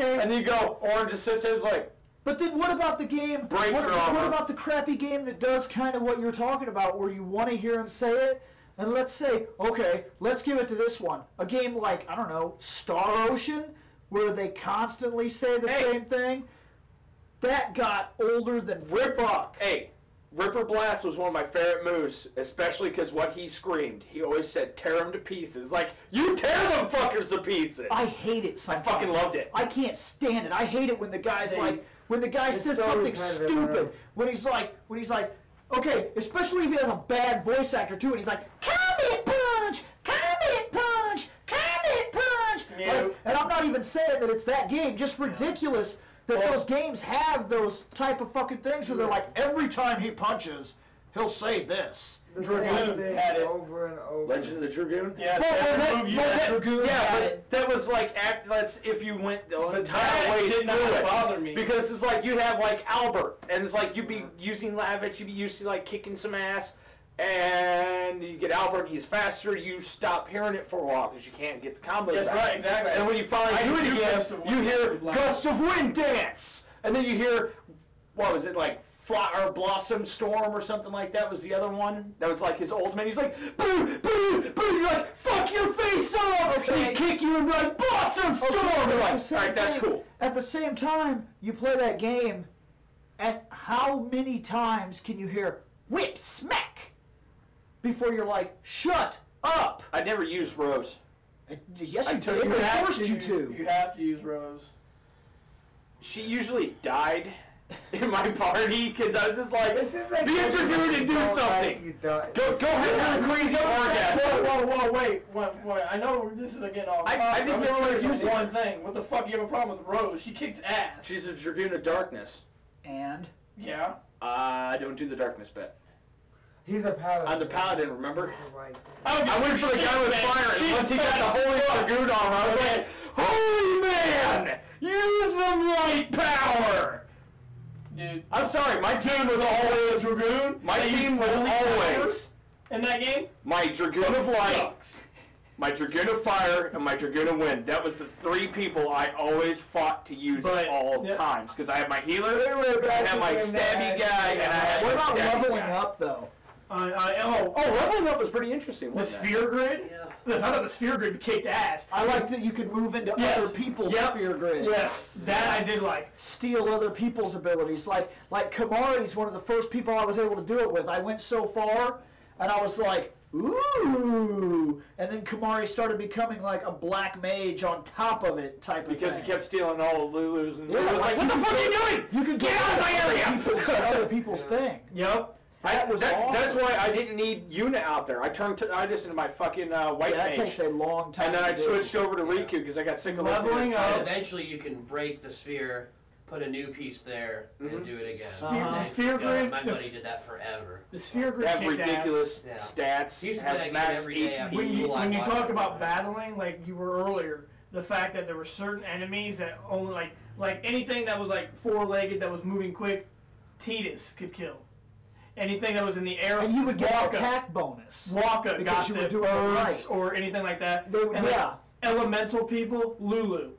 And you go. Orange just sits there, is like, But then what about the game? Break what, your what armor. about the crappy game that does kind of what you're talking about, where you want to hear him say it? And let's say, okay, let's give it to this one. A game like, I don't know, Star Ocean, where they constantly say the Hey. same thing. That got older than Rip fuck. Hey, Ripper Blast was one of my favorite moves, especially because what he screamed. He always said, "Tear them to pieces." Like you tear them fuckers to pieces. I hate it sometimes. fucking loved it. I can't stand it. I hate it when the guy's like, when the guy says so something repetitive, stupid. man. When he's like, when he's like, okay, especially if he has a bad voice actor too, and he's like, comet punch, comet punch, comet punch. Like, Yeah. and I'm not even saying that it's that game. Just ridiculous that those games have those type of fucking things. So they're like, every time he punches, he'll say this. The Dragoon same thing had it. over and over. Legend of the Dragoon. Yeah, Well, every well, that- move you well, had. that- Dragoon yeah, had but it. that was like act, that's if you went the entire that way did not through it. bother me. Mm-hmm. because it's like you'd have like Albert, and it's like you'd be using Lavich, you'd be used to like kicking some ass, and you get Albert, he's faster. You stop hearing it for a while because you can't get the combo. That's back. right, exactly. And when you finally I do do it Gust of again, you Wind. hear Like- gust of wind dance, and then you hear what was it like? Fly, or Blossom Storm or something like that was the other one. That was like his ultimate. He's like, boo, boo, boo. You're like, fuck your face off. Okay. He kick you and be like, Blossom Storm. You're At like, the all same right, that's time- cool. At the same time, you play that game, and how many times can you hear whip smack before you're like, shut up? I never used Rose. Uh, Yes, I you took- did. you They have forced you to. You have to use Rose. She usually died in my party because I was just like, This is like be a Dragoon and do Don't like something. you don't- Go, go have a crazy Whoa, orgasm. whoa, whoa, wait, wait, wait. I know this is getting off. I- I topic. just I'm never curious used about it. one thing. What the fuck? You have a problem with Rose? She kicks ass. She's a Dragoon of Darkness. Uh, And yeah. I don't do the darkness bet. He's a paladin. I'm the paladin, remember? Right. I went for the guy with fire, and once he got the holy dragoon armor, I was like, "Holy man, use some light power!" Dude. I'm sorry, my team was always dragoon. My team was always In that game? my dragoon of light, my dragoon of fire, and my dragoon of wind. That was the three people I always fought to use But- at all yeah. times because I had my healer, They were I back had to my doing that. stabby guy, and I had what my about stabby leveling guy. up though? on, on oh, Oh, leveling up was pretty interesting. the Wasn't it? sphere grid. Yeah. The thought of the sphere grid kicked ass. I like that you could move into Yes. other people's Yep. sphere grids. Yes, that I did like. Steal other people's abilities. Like like Kamari's one of the first people I was able to do it with. I went so far and I was like, ooh and then Kamari started becoming like a black mage on top of it type of because thing. he kept stealing all of Lulu's, and Yeah, Lulu was like, "What the fuck are you doing? You could Get out of my area!" People's, other people's thing. Yep. That was awesome. That's why I didn't need Yuna out there. I turned to, I just into my fucking uh, white Yeah, that mage, takes a long time. and then to I do. switched over to Riku because I got sick of listening. Leveling to up. Titus. And eventually you can break the sphere, put a new piece there, Mm-hmm. and do it again. Sphere- Uh-huh. Thank sphere God, grid- My the buddy f- did that forever. The sphere grid Have kicked ass. ridiculous Yeah. stats. He used to play that Have game max every day HP. after When you, People I when you watch talk it. about battling, like you were earlier, the fact that there were certain enemies that only like like anything that was like four legged that was moving quick, Titus could kill. Anything that was in the air, and you would get an Waka, attack bonus. Waka because got you the would do it birds right. or anything like that. They would- And, like, yeah. elemental people, Lulu.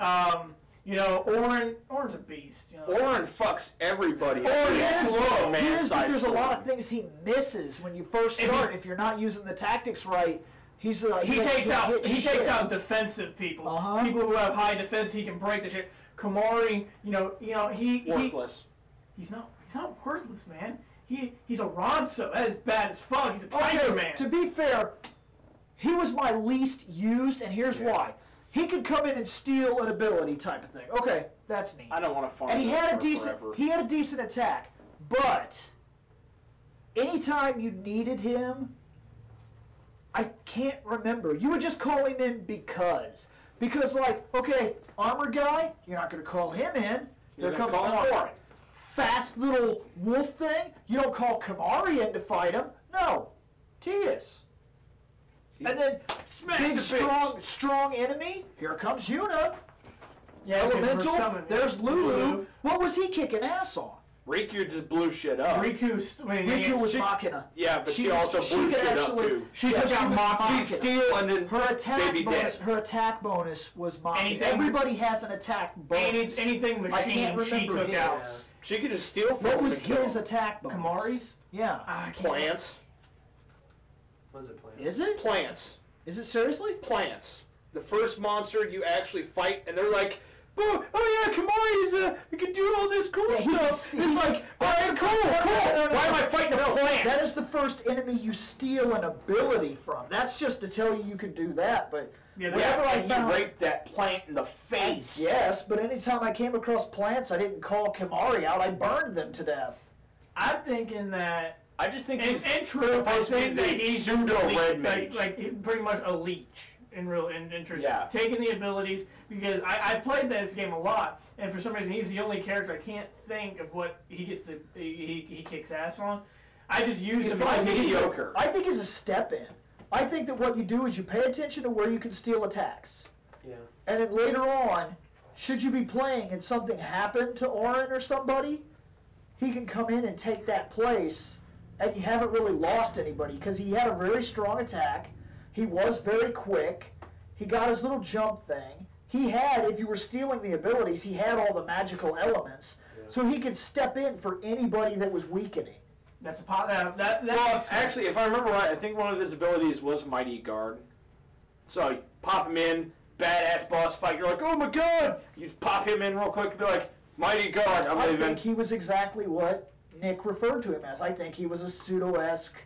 Um, you know, Orin. Orin's a beast. You know. Orin fucks everybody. up. Orin He's is slow, slow. man. Oh, Here's, but size there's a slow. lot of things he misses when you first If he- start. If you're not using the tactics right, he's like He he'll takes just out hit he shit. takes out defensive people. Uh-huh. People who have high defense, he can break the shit. Kamari, you know, you know, he, he worthless. he's not he's not worthless, man. He he's a Ronso. That is bad as fuck. He's a tiger man. To be fair, he was my least used, and here's why. He could come in and steal an ability type of thing. Okay, that's neat. I don't want to farm. and he that had a for decent forever. he had a decent attack, but anytime you needed him, I can't remember. You would just call him in because because like okay, armor guy, you're not gonna call him in. You're there gonna comes call Kamari. Orin. Fast little wolf thing. You don't call Kamari in to fight him. No, Titus. And then Smash big the bitch. strong strong enemy. Here comes Yuna. yeah, 'cause we're Elemental. summoning- There's Lulu. Lulu. What was he kicking ass on? Riku just blew shit up. Riku. st- I mean, Riku yeah, was she- Machina. Yeah, but she, was- also blew could shit up actually- too. She yeah, took out was Machina. She'd steal and then Her attack they'd be bonus. dead. Her attack bonus was Machina. Anything- Everybody has an attack any, bonus. anything I can't machine she remember took his. out. She could just steal from What him was and kill his him. attack bonus? Kamari's. Yeah. Ah, I can't- Plants. What was it playing? Is it? Plants. Is it seriously? Plants. The first monster you actually fight, and they're like, "Oh, oh yeah, Kamari is a, he can do all this cool Yeah, he can stuff." steal- It's like, all right, cool, cool. no, no, Why am no. I fighting a No, plant? That is the first enemy you steal an ability from. That's just to tell you you can do that, but Yeah, that- whenever yeah, I and found, he raped that plant in the face. yes, but anytime I came across plants, I didn't call Kamari out. I burned them to death. I'm thinking that I just think And, he's and true, I supposed to think be that the he's pseudo just a red leech, mage. Like, like pretty much a leech in real in, in truth. Yeah. Taking the abilities because I, I played this game a lot, and for some reason he's the only character I can't think of what he gets to he, he, he kicks ass on. I just used He's him. probably because he's- mediocre. I think is a step in. I think that what you do is you pay attention to where you can steal attacks, Yeah. and then later on, should you be playing and something happened to Orin or somebody, he can come in and take that place, and you haven't really lost anybody because he had a very strong attack. He was very quick. He got his little jump thing. He had, if you were stealing the abilities, he had all the magical elements, so he could step in for anybody that was weakening. That's a pot. That, that, that Well, makes sense. actually, if I remember right, I think one of his abilities was Mighty Guard. So you pop him in, badass boss fight. You're like, oh my god! You just pop him in real quick and be like, Mighty Guard, I'm I leaving. think he was exactly what Nick referred to him as. I think he was a pseudo-esque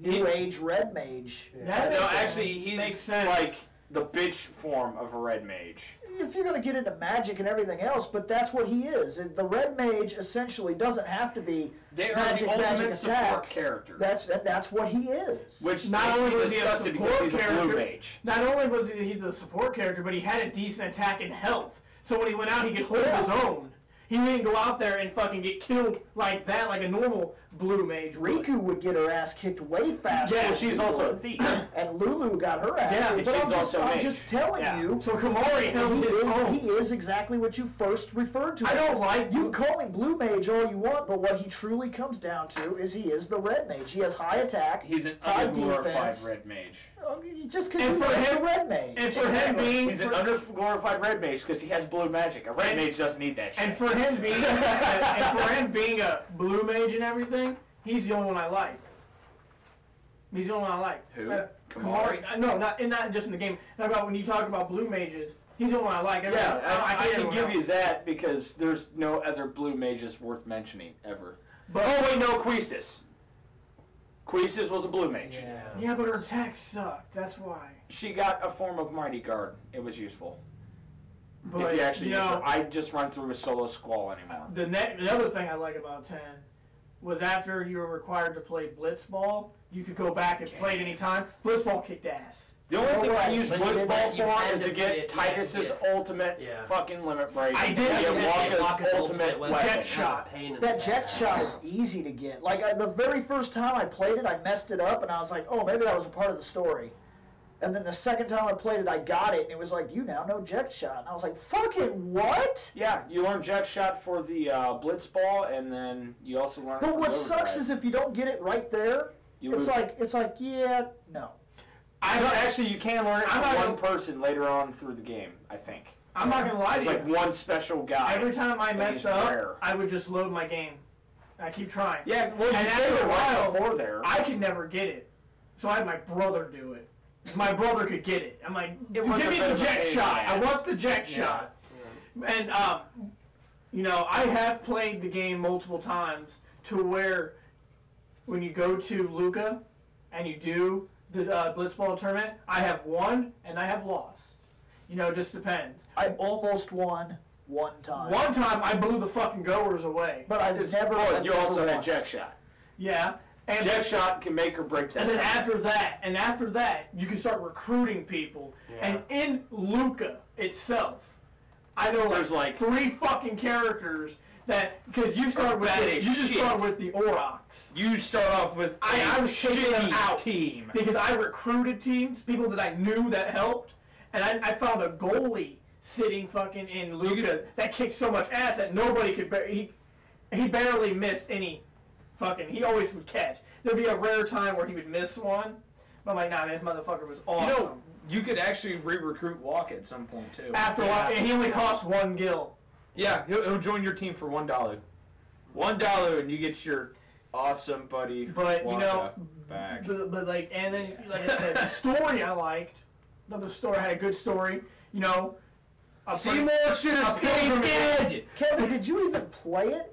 New He- Age red mage. That no, makes actually, sense. he's Makes sense. like the bitch form of a red mage. If you're going to get into magic and everything else, but that's what he is. And The red mage essentially doesn't have to be They are magic, the ultimate magic support attack. character. That's that, that's what he is. Which not only was he a disgusted support because he's character, a blue mage. not only was he the support character, but he had a decent attack in health. So when he went out, he could hold his own. He didn't go out there and fucking get killed like that, like a normal blue mage. would. Riku would get her ass kicked way faster. Yeah, than she's she also a would. thief. And Lulu got her ass. Yeah, kicked. and but I'm she's just, also a I'm mage. just telling Yeah. you. So Kamari He held his is, own. he is exactly what you first referred to. I him don't as. like- You can call him Blue Mage all you want, but what he truly comes down to is he is the Red Mage. He has high attack, He's an high underglorified defense. red mage. Oh, you- Just because And you for like him- the Red Mage. and for him being He's an for- underglorified red mage because he has blue magic. A red And- mage doesn't need that shit. and for him being and for him being a blue mage and everything, he's the only one I like. He's the only one I like. Who? Uh, Kamari. Uh, no, not and not just in the game. Not about when you talk about blue mages. He's the only one I like. Everyone- Yeah, don't I, like I, can everyone give you else. that because there's no other blue mages worth mentioning ever. But- oh wait, no, Queesis. Queesis was a blue mage. Yeah, but her attack sucked. That's why. She got a form of mighty guard. It was useful. But if you actually you use know, her, I just run through a solo squall Oh, anymore. The ne- the other thing I like about ten was after you were required to play blitzball, you could go back and play it any time. Blitzball kicked ass. The only No thing I way. use But you did that- Blitzball you had for is to to get play it, yeah, Titus's yeah. ultimate Yeah. fucking limit break. I did and use it, Waka's Waka's ultimate weapon. weapon. Jet shot. Pain in the That jet back. Oh, shot is easy to get. Like I, the very first time I played it, I messed it up, and I was like, "Oh, maybe that was a part of the story." And then the second time I played it, I got it, and it was like, "You now know jet shot," and I was like, "Fucking what?" Yeah, you learn jet shot for the uh, Blitzball, and then you also learn. But what sucks is if you don't get it right there, You it's lose. like it's like yeah, no. I don't, actually you can learn it I'm from not one gonna- person later on through the game. I think I'm not gonna lie to it's you. like one special guy. Every time I That messed is up, rare. I would just load my game. I keep trying. yeah, well you And say after the a right while, before there. I could never get it, so I had my brother do it. My brother could get it. I'm like, give was a me bit the of a pain jet in shot. the I ass." want the jet shot. And um, you know, I have played the game multiple times to where when you go to Luca and you do the uh, Blitzball tournament, I have won and I have lost. You know, it just depends. I almost won one time, One time I blew the fucking goers away. but I It's- never. well, I you never also won. had jet shot. Yeah. And Jet shot can make or break that. And then time. after that, and after that, you can start recruiting people. And in Luca itself, I know There's like- three fucking characters that because you start with bad the, as you just shit. start with the Aurochs you start off with I- a I was taking them shitty out. team. because I recruited teams, people that I knew that helped, and I, I found a goalie sitting fucking in Luca that kicked so much ass that nobody could bar- he he barely missed any fucking he always would catch. There'd be a rare time where he would miss one, but I'm like, nah, this motherfucker was awesome. You know, you could actually re-recruit Walk at some point too. After a while, and he only cost one gil. Yeah, he'll, he'll join your team for one dollar. One dollar, and you get your awesome buddy. But, you Waka know, back. But, but like, and then like I said, the story I liked. Thought the story had a good story. You know, a pretty- Seymour should have stayed dead. Kevin, did you even play it?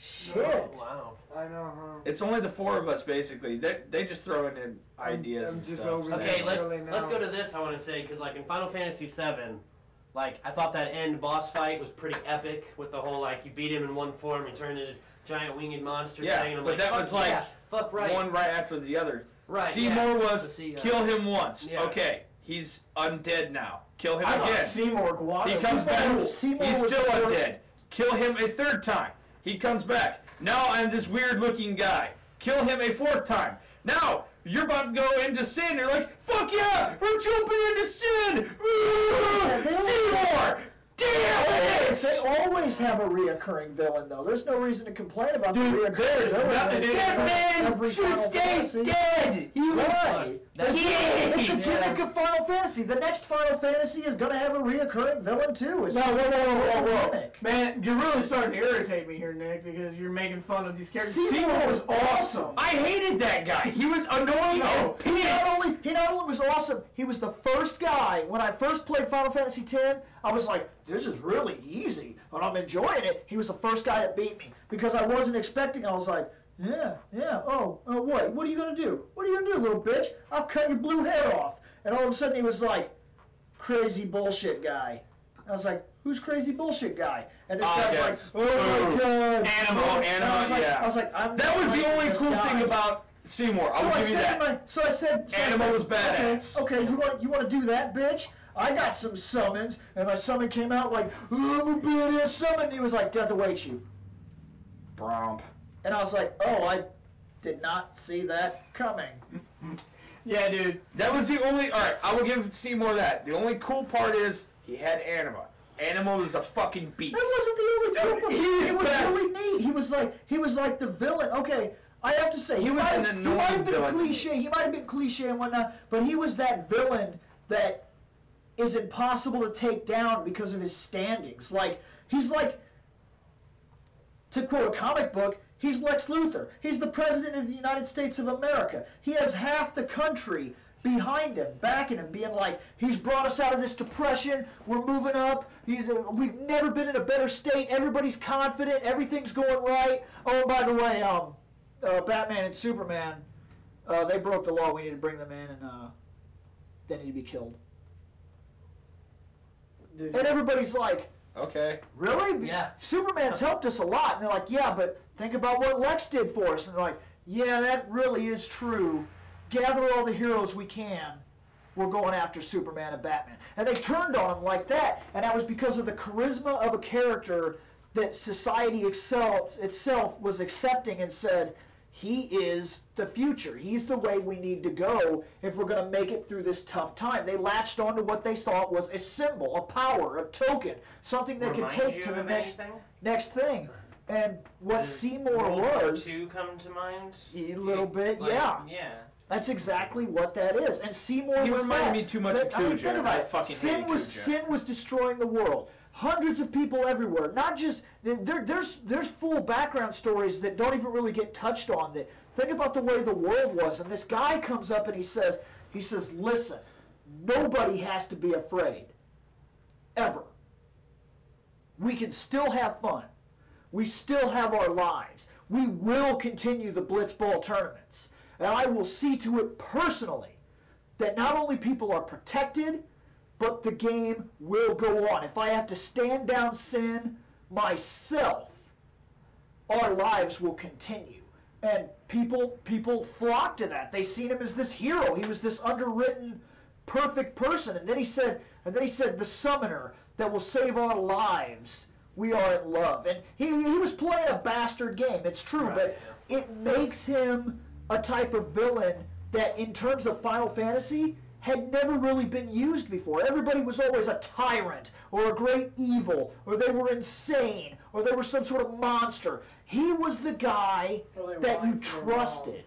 Shit. Oh, wow. I know, huh? It's only the four of us basically. They, they just throw in their ideas I'm and just stuff. over so- Okay, Yeah. let's Really now. let's go to this. I want to say because like in Final Fantasy VII, like I thought that end boss fight was pretty epic with the whole like you beat him in one form, he turned into a giant winged monster Yeah, thing. And I'm but like, that fuck was, like, yeah, fuck right, One right after the other. right. Seymour yeah. was Let's see, uh, kill him once. yeah. Okay, he's undead now. Kill him I thought again. Seymour Guado. He comes back. Seymour He's was still the first- undead. Kill him a third time. He comes back. Now I'm this weird looking guy. Kill him a fourth time. Now you're about to go into sin. You're like, fuck yeah, we're jumping into sin. they don't- Seymour, damn They it! always have a reoccurring villain, though. There's no reason to complain about the Dude, reoccurring there's villain. nothing. Every That man Final should stay Fantasy. dead. He was Why? That's- It's a Yeah. gimmick of Final Fantasy. The next Final Fantasy is going to have a reoccurring villain, too. It's No, whoa, whoa, whoa, whoa, a whoa. gimmick. Man, you're really starting to irritate me here, Nick, because you're making fun of these characters. Seymour Seymour was was awesome. I hated that guy. He was annoying No, as he not piss. only he not only was awesome, he was the first guy when I first played Final Fantasy X. I was like, this is really easy, and I'm enjoying it. He was the first guy that beat me because I wasn't expecting. I was like, yeah, yeah. Oh, uh, what? What are you gonna do? What are you gonna do, little bitch? I'll cut your blue head off. And all of a sudden, he was like, crazy bullshit guy. I was like, who's crazy bullshit guy? And this Ah, guy's yes. like, oh my Ooh. god, Animal, And I was animal, like, yeah. I was like, I'm That was the fighting only this cool guy. thing about Seymour. I So will I give you said, that. to my, so I said, so I Animal said, was badass. Okay, okay, you want you want to do that, bitch? I got some summons, and my summon came out like, "Oh, I'm a badass summon. And he was like, "Death awaits you," Bromp. and I was like, "Oh, I did not see that coming." Yeah, dude. That was the only. All right, I will give Seymour that. The only cool part is he had Anima. Anima was a fucking beast. That wasn't the only problem. He He, is was bad. really neat. He was like he was like the villain. Okay, I have to say he, was might, an he might have annoying been villain. cliche. He might have been cliche and whatnot, but he was that villain that is impossible to take down because of his standings. Like he's like to quote a comic book, He's Lex Luthor. He's the president of the United States of America. He has half the country behind him, backing him, being like, he's brought us out of this depression. We're moving up. He's- We've never been in a better state. Everybody's confident. Everything's going right. Oh, by the way, um, uh, Batman and Superman, uh, they broke the law. We need to bring them in, and uh, they need to be killed. Dude. And everybody's like, Okay. Really? Yeah. Superman's helped us a lot. And they're like, yeah, but think about what Lex did for us. And they're like, yeah, that really is true. Gather all the heroes we can. We're going after Superman and Batman. And they turned on him like that. And that was because of the charisma of a character that society itself, itself was accepting and said, he is the future. He's the way we need to go if we're going to make it through this tough time. They latched onto what they thought was a symbol, a power, a token, something they could Remind take you to the of next anything? next thing. And what Does Seymour World War was, Two come to mind? a little bit, Like, yeah. Yeah. That's exactly what that is. And Seymour He was reminded that. me too much But, of I mean, Cujo, think and about I it. fucking sin hated was Cujo. sin was destroying the world. Hundreds of people everywhere. Not just there, there's there's full background stories that don't even really get touched on. That think about the way the world was. And this guy comes up and he says he says, listen, nobody has to be afraid, ever. We can still have fun. We still have our lives. We will continue the Blitzball tournaments. And I will see to it personally that not only people are protected, but the game will go on. If I have to stand down sin myself, our lives will continue. And people people flocked to that. They seen him as this hero. He was this underwritten, perfect person. And then he said, and then he said, the summoner that will save our lives. We are in love. And he, he was playing a bastard game. It's true, but it makes him a type of villain that in terms of Final Fantasy had never really been used before. Everybody was always a tyrant or a great evil or they were insane or they were some sort of monster. He was the guy Or they that you lied for a while. trusted.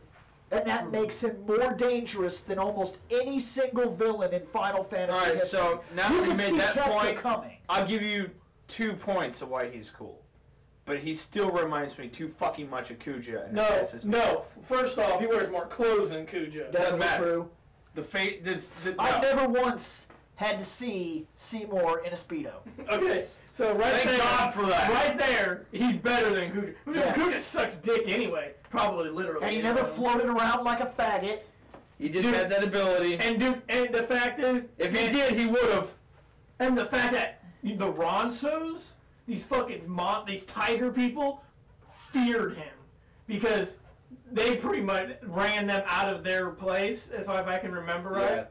And that makes him more dangerous than almost any single villain in Final Fantasy. All right, history. so now that you can made see that Kefka point- coming. I'll give you two points of why he's cool. But he still reminds me too fucking much of Kuja. And No, it pisses me Oh, no. off. First off, he wears more clothes than Cujo. Definitely matter. true. The fate. The, the, no. I never once had to see Seymour in a speedo. Okay, so right Thank there, God for that. right there, he's better than Cujo. I mean, Yes. Cujo sucks dick anyway, probably literally. And he never floated around like a faggot. He just Dude. had that ability. And dude, and the fact that if he did, he would have. and the fact that the Ronsos, these fucking mon, these tiger people, feared him because they pretty much ran them out of their place, if I, if I can remember right. Yeah.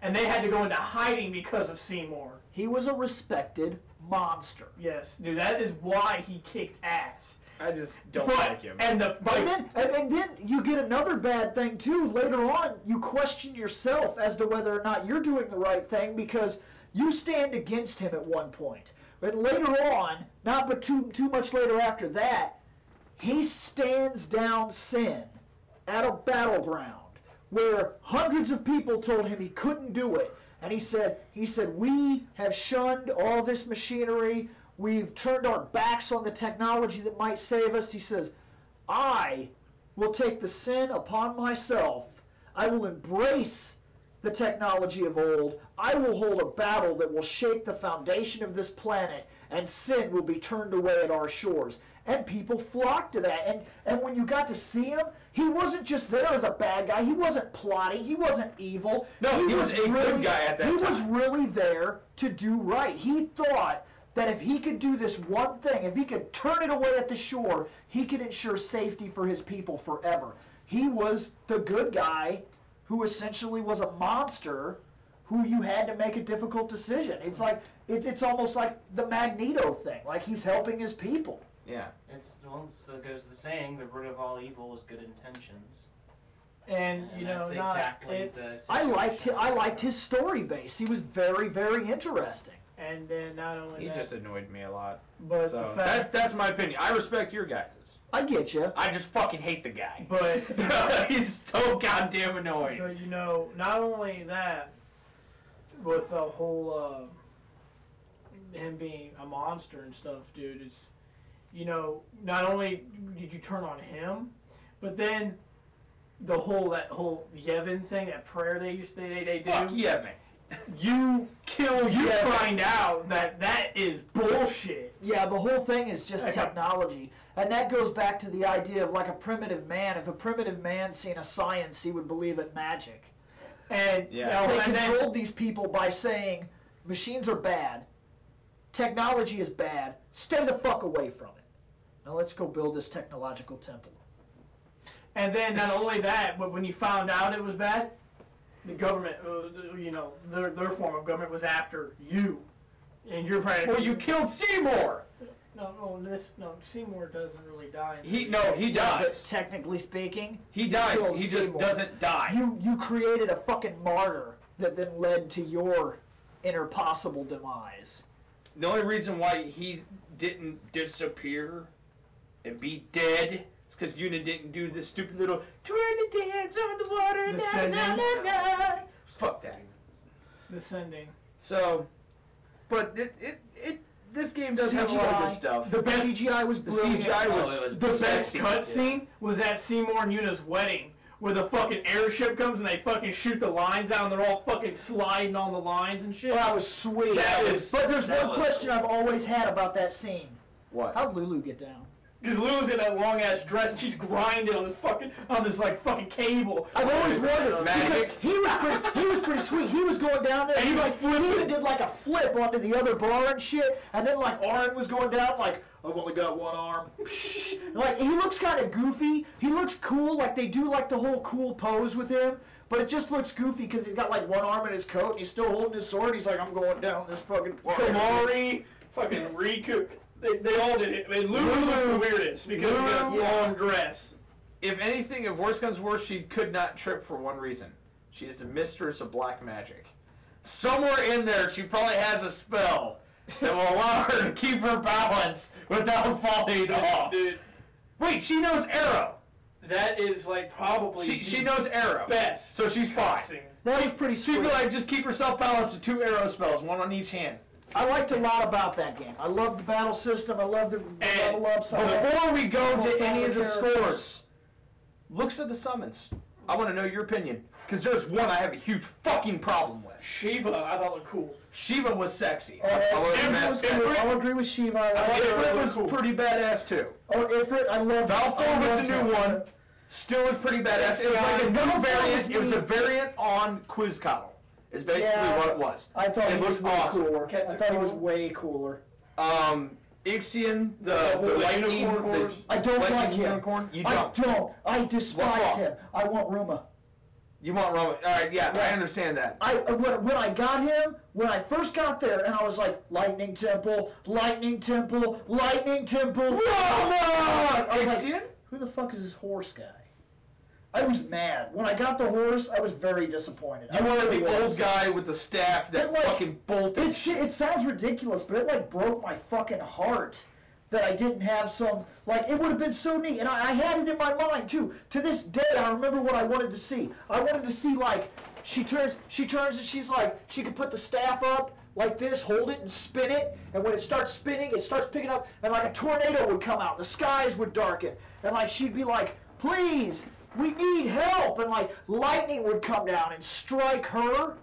And they had to go into hiding because of Seymour. He was a respected monster. Yes, dude, that is why he kicked ass. I just don't But- like him. And the And then, and, and then you get another bad thing too. Later on, you question yourself as to whether or not you're doing the right thing because you stand against him at one point. But later on, not but too too much later after that, he stands down sin at a battleground where hundreds of people told him he couldn't do it and he said he said we have shunned all this machinery we've turned our backs on the technology that might save us he says i will take the sin upon myself i will embrace the technology of old i will hold a battle that will shake the foundation of this planet and sin will be turned away at our shores and people flocked to that. And and when you got to see him, he wasn't just there as a bad guy. He wasn't plotting. He wasn't evil. No, he was a good guy at that He was time. really there to do right. He thought that if he could do this one thing, if he could turn it away at the shore, he could ensure safety for his people forever. He was the good guy who essentially was a monster who you had to make a difficult decision. It's like it's it's almost like the Magneto thing. Like he's helping his people. yeah. It's well, so it goes to the saying: the root of all evil is good intentions. and And you know that's not exactly it's, the. I liked hi- situation. I liked his story base. He was very very interesting. and then not only He that, just annoyed me a lot. but so the that, fact that's my opinion. I respect your guys's. I get you. I just fucking hate the guy. but He's so goddamn annoying. But you know, not only that, with the whole uh, him being a monster and stuff, dude, it's you know, not only did you turn on him, but then the whole that whole Yevon thing, that prayer they used they they, they do. Fuck yeah, man. You kill you find out that that is bullshit. Yeah, the whole thing is just Okay. technology. And that goes back to the idea of like a primitive man. If a primitive man seen a science, he would believe it magic. And Yeah. you know, They and then- controlled these people by saying machines are bad, technology is bad, stay the fuck away from it. Now let's go build this technological temple. And then not only that, but when you found out it was bad, the government, uh, the- you know, their, their form of government was after you, and you're probably Well, you killed Seymour. no, no, this no Seymour doesn't really die. He no, he But dies. technically speaking, He dies. killed He just Seymour. doesn't die. you you created a fucking martyr that then led to your inner possible demise. The only reason why he didn't disappear and be dead is because Una didn't do this stupid little twirly dance on the water. The Na, na, sending. na, na. Fuck that. The sending. So, but it, it, it this game does have a lot of good stuff. The CGI was The brilliant. CGI was, Oh, it The best sexy. cutscene was at Seymour and Una's wedding, where the fucking airship comes and they fucking shoot the lines out, and they're all fucking sliding on the lines and shit. That was sweet. That was- but there's that one was- question I've always had about that scene. What? How'd Lulu get down? Because Lou's in that long ass dress and she's grinding on this fucking on this like fucking cable. I've always wondered Magic. because he was pretty, he was pretty sweet. He was going down there. And he like flew and did like a flip onto the other bar and shit. And then like Arn was going down like I've only got one arm. like he looks kind of goofy. He looks cool. Like they do like the whole cool pose with him. But it just looks goofy because he's got like one arm in his coat and he's still holding his sword. He's like I'm going down this fucking. bar." Kamari, fucking Riku. They, they all did it. I mean, Lulu, was the weirdest because of that Lulu- long dress. If anything, if worse comes to worse, she could not trip for one reason. She is the mistress of black magic. Somewhere in there, she probably has a spell that will allow her to keep her balance without falling off. Dude, Wait, she knows arrow. that is like probably She, she the knows arrow. best. So she's fine. cutscene. That was pretty She sweet. could like just keep herself balanced with two arrow spells, one on each hand. I liked a lot about that game. I love the battle system. I love the level ups. I loved- Before we go Almost to all any of the the characters. scores, looks at the summons. I want to know your opinion because there's one I have a huge fucking problem with. Shiva, I thought looked cool. Shiva was sexy. Uh, I was Ifrit was mad. cool. I'll agree with Shiva. I like Ifrit Ifrit. was pretty badass too. Oh, Ifrit, I love Valfor I loved was the him. new one. Still was pretty badass. It was like a new variant. It was a variant on Quizcoddle. Is basically Yeah. what it was. I thought It he was looked way awesome. cooler. I Cats thought he are was cool. way cooler. Um, Ixion, the, The the whole lightning, unicorn the horse. I don't lightning like him. Unicorn. You I don't. don't. I despise What's wrong? him. I want Ruma. You want Roman? All right, yeah, I understand that. I uh, when, when I got him, when I first got there, and I was like, Lightning Temple, Lightning Temple, Lightning Temple. Roma! I was like, Ixion? Who the fuck is this horse guy? I was mad when I got the horse. I was very disappointed. You I wanted really the was. old guy with the staff that It, like, fucking bolted. It, shi- it sounds ridiculous, but it like broke my fucking heart that I didn't have some like it would have been so neat, and I, I had it in my mind too. To this day, I remember what I wanted to see. I wanted to see like she turns, she turns, and she's like she could put the staff up like this, hold it and spin it, and when it starts spinning, it starts picking up, and like a tornado would come out, the skies would darken, and like she'd be like, please. We need help, and like lightning would come down and strike her,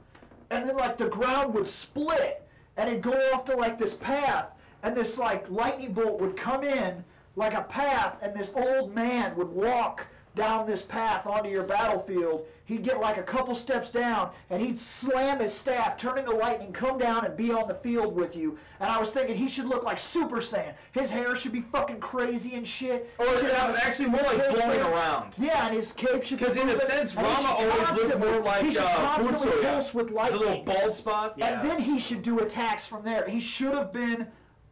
and then like the ground would split and it'd go off to like this path and this like lightning bolt would come in like a path and this old man would walk down this path onto your battlefield he'd get like a couple steps down and he'd slam his staff turn into lightning come down and be on the field with you and i was thinking he should look like super saiyan his hair should be fucking crazy and shit Or it was actually more like blowing around. yeah, and his cape should. 'Cause in a move it. sense, And he Rama should always looked constantly- more like, he should uh, constantly Butsuya. pulse with The lightning. little bald spot. And then he should do attacks from there. He should have been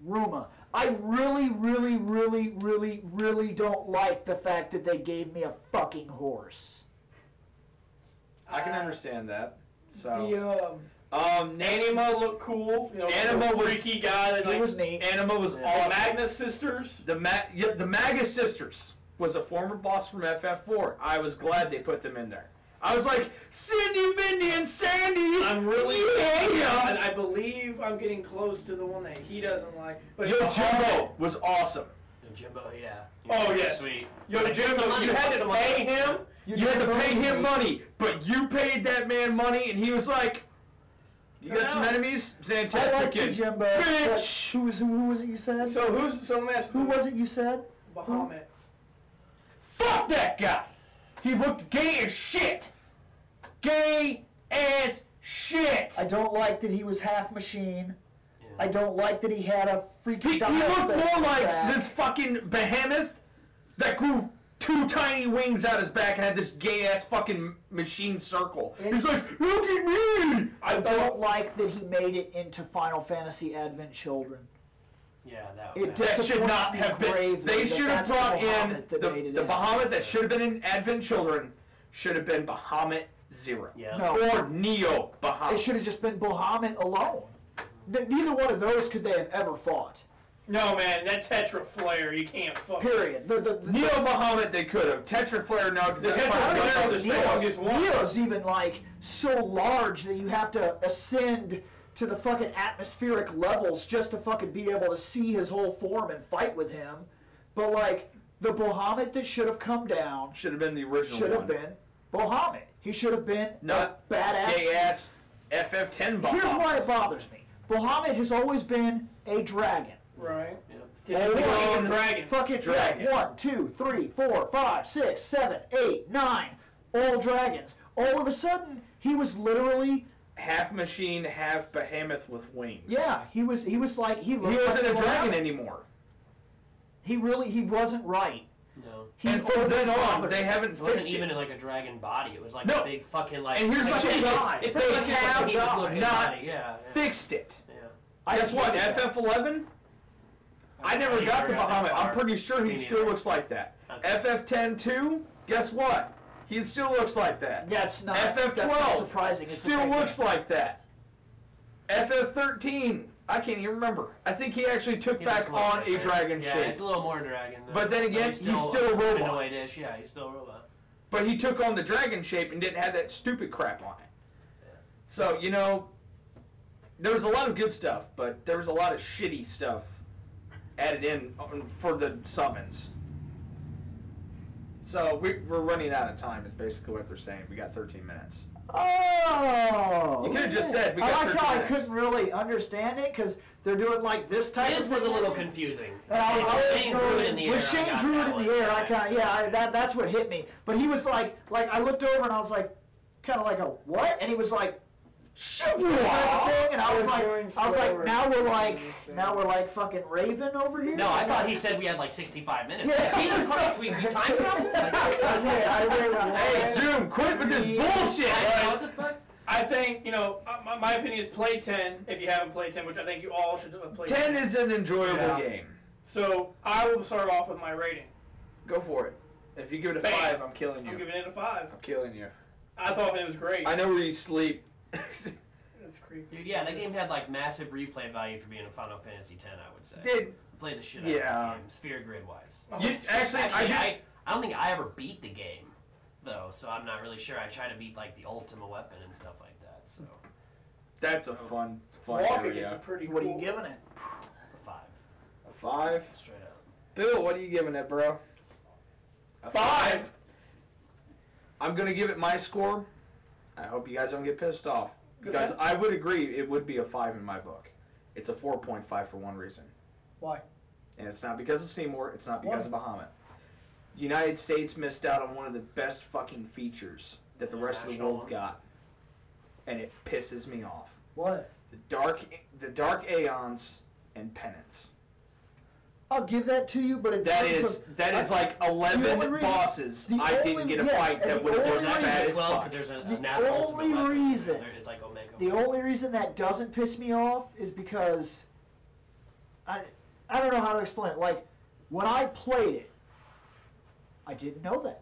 Ruma. I really, really, really, really, really don't like the fact that they gave me a fucking horse. I can understand that. So, The um, um, Nanima, Anima looked cool. You know, Anima the was- freaky guy that He like was neat. Anima was the awesome. Magnus sisters. The Ma- yeah, the Magus sisters was a former boss from FF4. I was glad they put them in there. I was like, Cindy, Mindy, and Sandy. I'm really yeah. and I believe I'm getting close to the one that he doesn't like. But Yo, the Jumbo was awesome. Jimbo, yeah. Oh, yes. Sweet. Yo, Jim, Some money, you had put to some pay money. him. You, had to pay him money, but you paid that man money, and he was like, "You got some enemies, I Zantan like took you, it." Jimbo. Bitch! but Who was who was it you said? So who's so mess? who was it you said? Bahamut? Fuck that guy. He looked gay as shit. Gay as shit. I don't like that he was half machine. Yeah. I don't like that he had a freaking. He, he dial thing looked more on his like back. this fucking behemoth that grew two tiny wings out his back and had this gay ass fucking machine circle. He's like, look at me! I don't like that he made it into Final Fantasy Advent Children. Yeah, that It was. did- That should Disappoints not me have been. gravely They that should have that's the brought in Bahamut the, that made it the in. Bahamut that should have been in Advent Children. Should have been Bahamut Zero Yeah. No. or Neo It Bahamut. should have just been Bahamut alone. N- neither one of those could they have ever fought. No man, that's Tetra Flare. You can't fuck. Period. The, the, the, Neo Bahamut they could have. Tetra Flare no, because Tetra Flare's the strongest one. Neo's even like so large that you have to ascend to the fucking atmospheric levels just to fucking be able to see his whole form and fight with him. But like the Bahamut that should have come down should have been the original should have one. been Bahamut. He should have been a Not badass gay ass FF10 Bahamut. Here's why it bothers me. Bahamut has always been a dragon. Right. Fucking dragons. Fucking dragon. One, two, three, four, five, six, seven, eight, nine. All dragons. All of a sudden, he was literally Half machine, half behemoth with wings. yeah. He was he was like he He looked wasn't like a dragon Bahamut. anymore. He really he wasn't right. No. He and from always then on, bothered they me. haven't It fixed wasn't it. even like a dragon body. It was like No. a big fucking like. And here's like, the thing, It pretty they much is like have a heated not looking body. Yeah. yeah. fixed it. yeah. I Guess what? hated that. FF11. I never think got we to got that Bahamut. I'm far. pretty sure he Me still neither. looks like that. Okay. FF10 too. Guess what? He still looks like that. That's not FF12 That's not surprising. It's the still same thing. looks like that. FF13. I can't even remember. I think he actually took He back looks little on a different. dragon yeah, shape, it's a little more dragon. Though. But then again, he's still a robot. Humanoid-ish. Yeah, he's still a robot. but he took on the dragon shape and didn't have that stupid crap on it. So you know, there was a lot of good stuff, but there was a lot of shitty stuff added in on- for the summons. So we, we're running out of time. Is basically what they're saying. We got 13 minutes. Oh! You could've just yeah. said, "We I got like how I 13 minutes." couldn't really understand it because they're doing like this type His of was a thing. little confusing. And I was, I was Shane drew it in the when air. I Shane got drew it that in the one. air, I kind of yeah, I, that that's what hit me. But he was like, like I looked over and I was like, kind of like a what? And he was like, this type of thing, and I was like, I was like, now we're like, now we're like fucking Raven over here. No, I thought he said we had like 65 minutes. Yeah. Jesus Christ, we, we time traveled? yeah, I really Hey Zoom, quit with this bullshit. What the fuck? I think you know. uh, My, my opinion is play ten if you haven't played ten, which I think you all should have played. Ten is an enjoyable Yeah. game. So I will start off with my rating. Go for it. If you give it a Bam. five, I'm killing you. I'm giving it a five. I'm killing you. I thought it was great. I know where you sleep. That's creepy. Dude, yeah, that game had like massive replay value for being a Final Fantasy 10, I would say. Did Play the shit out Yeah. of the game, sphere grid wise. you actually? I Actually, did. I, I don't think I ever beat the game, though, so I'm not really sure. I try to beat like the Ultima Weapon and stuff like that, so That's a fun, fun Walk area. against a pretty. What are cool- you giving it? a 5. A five. Straight up. Bill, what are you giving it, bro? A five. I'm gonna give it my score. I hope you guys don't get pissed off because Okay. I would agree it would be a five in my book. It's a four point five for one reason, Why? and it's not because of Seymour. It's not because of Bahamut. United States missed out on one of the best fucking features that the rest of the National world one. got, and it pisses me off. What? The dark, the dark aeons and penance. I'll give that to you, but in That terms is of, that is I- like eleven only reason- bosses. the I didn't only- get a yes, fight and that the would have been only that bad reason- as Well, 'cause fuck. there's a, The a natural only Ultima Weapon, reason- There is like Omega. The Weapon. only reason that doesn't piss me off is because I I don't know how to explain it. Like when I played it, I didn't know that.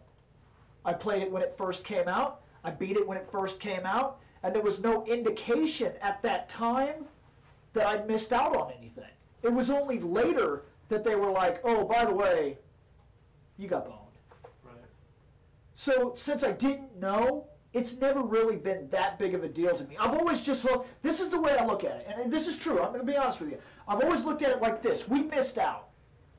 I played it when it first came out. I beat it when it first came out, and there was no indication at that time that I missed out on anything. It was only later that they were like, "Oh, by the way, you got boned." Right. So since I didn't know, it's never really been that big of a deal to me. I've always just looked. This is the way I look at it, and this is true. I'm going to be honest with you. I've always looked at it like this: we missed out.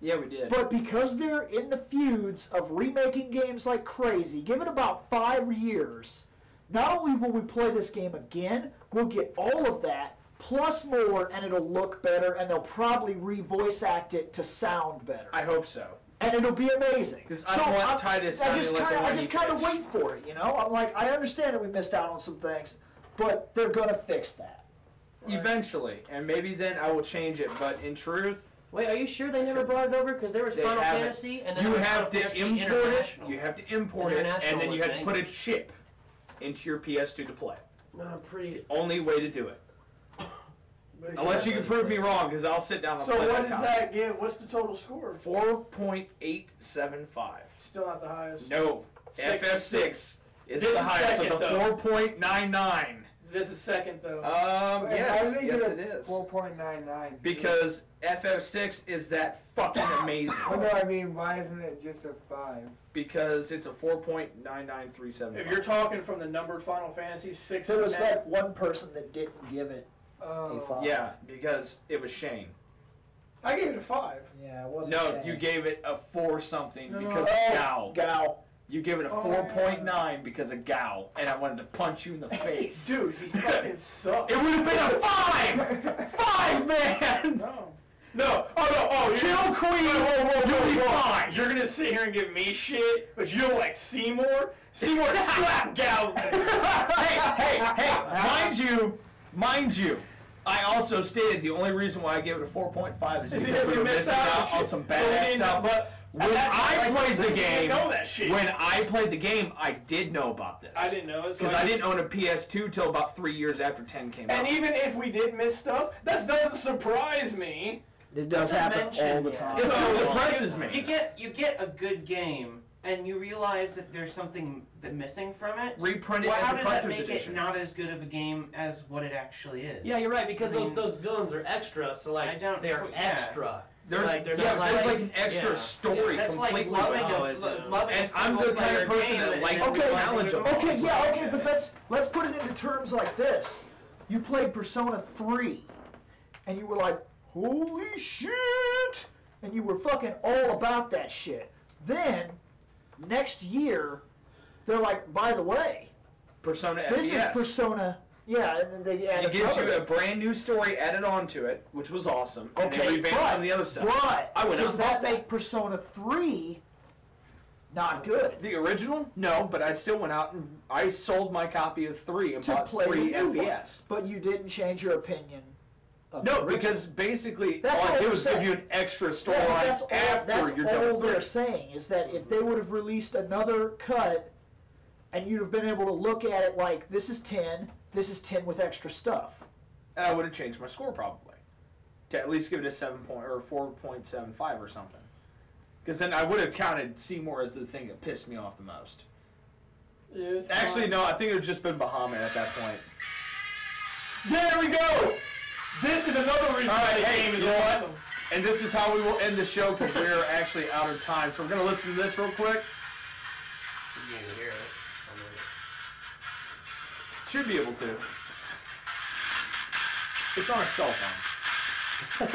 Yeah, we did. But because they're in the feuds of remaking games like crazy, give it about five years, not only will we play this game again, we'll get all of that plus more, and it'll look better, and they'll probably re-voice act it to sound better, I hope so. and it'll be amazing. 'Cause I want Titus I sounding just like kind of, a I just whiny kind of bitch. wait for it. You know, I'm like, I understand that we missed out on some things, but they're gonna fix that. Eventually, and maybe then I will change it. But in truth, Wait, are you sure they never brought it over? Because there was They Final haven't. Fantasy, and then you there was have Final to Fantasy import it. International. You have to import it, and International then you was have to put a language. chip into your PS2 to play. No, I'm pretty. Only way to do it. Unless you can prove me wrong, because I'll sit down and So play what that. does that give? What's the total score? Four point eight seven five. Still not the highest. No, Six. FF6 is This the is highest second, of the though. four point nine nine. This is second though. Um, Wait, how yes, did they yes, get it is. Four point nine nine. Because FF6 is that fucking amazing. Oh, no, I mean, why isn't it just a five? because it's a four point nine nine three seven. if you're talking from the numbered Final Fantasy six There and was ten, that one person that didn't give it a Oh. five. yeah, because it was Shane. I gave it a five. yeah, it wasn't. No, Shane. you gave it a four something No, no, because Oh, of Gow. Gal. You gave it a Oh, four point nine because of Gow, and I wanted to punch you in the face. Dude, he fucking sucks. It would have been a five! five, man! No. No, oh no, oh, you're Kill Queen! you'll be fine! You're gonna sit here and give me shit, but you don't like Seymour? Seymour slap gal. hey, hey, hey! Mind you, mind you, I also stated the only reason why I gave it a 4.5 is because we were missing out on some badass stuff. But When I played the game, know that shit. when I played the game, I did know about this. I didn't know it. so Because I didn't own a PS2 till about three years after 10 came And out. even if we did miss stuff, that doesn't surprise me. It does happen all the time. That's So- what depresses You me. get you get a good game, and you realize that there's something that missing from it. Reprint it well, as how a does that collector's make edition. it not as good of a game as what it actually is? Yeah, you're right because I mean- those those villains are extra. So like I don't- they are yeah. extra. So, There's, like, they're yes, not there's like- like an extra yeah. story That's like completely. loving without a it, lo- uh, loving and a I'm the kind of single-player person game that likes has to Okay, challenge them. Okay, yeah, okay, but let's let's put it into terms like this. You played Persona 3, and you were like, holy shit! And you were fucking all about that shit. Then, next year, they're like, by the way, Persona E this FBS. is Persona. Yeah, and then they add It gives you another- a brand new story added onto it, which was awesome. and they Okay, revamped but, some of the other stuff. but I would does not that want that. make Persona 3 not good? The original? No, but I still went out and I sold my copy of three and to bought play three the new one, FBS. But you didn't change your opinion. Of No, the original. because basically That's all all I did I'm was saying. give you an extra storyline Yeah, but that's all, after that's you're done all with they're three. saying is that if they would have released another cut, and you'd have been able to look at it like this is ten, this is ten with extra stuff. I would have changed my score probably to at least give it a seven point or four point seven five or something. Because then I would have counted Seymour as the thing that pissed me off the most. Yeah, it's Actually, fine. no, I think it would just been Bahama at that point. There we go. This is another reason. All right, hey, you know what? And this is how we will end the show because we're actually out of time. So we're gonna listen to this real quick. You can hear it. Should be able to. It's on a cell phone.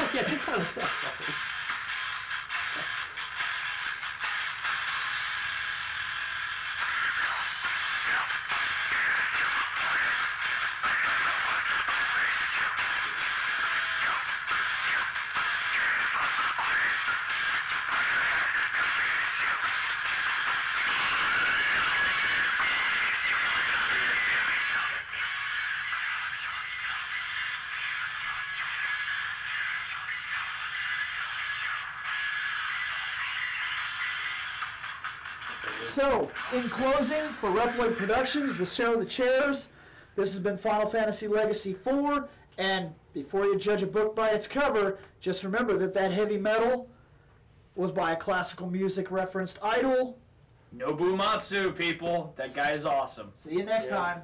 So, in closing, for Reploid Productions, the show of the chairs. This has been Final Fantasy Legacy 4, and before you judge a book by its cover, just remember that that heavy metal was by a classical music referenced idol. Nobu Matsu, people. That guy is awesome. See you next time.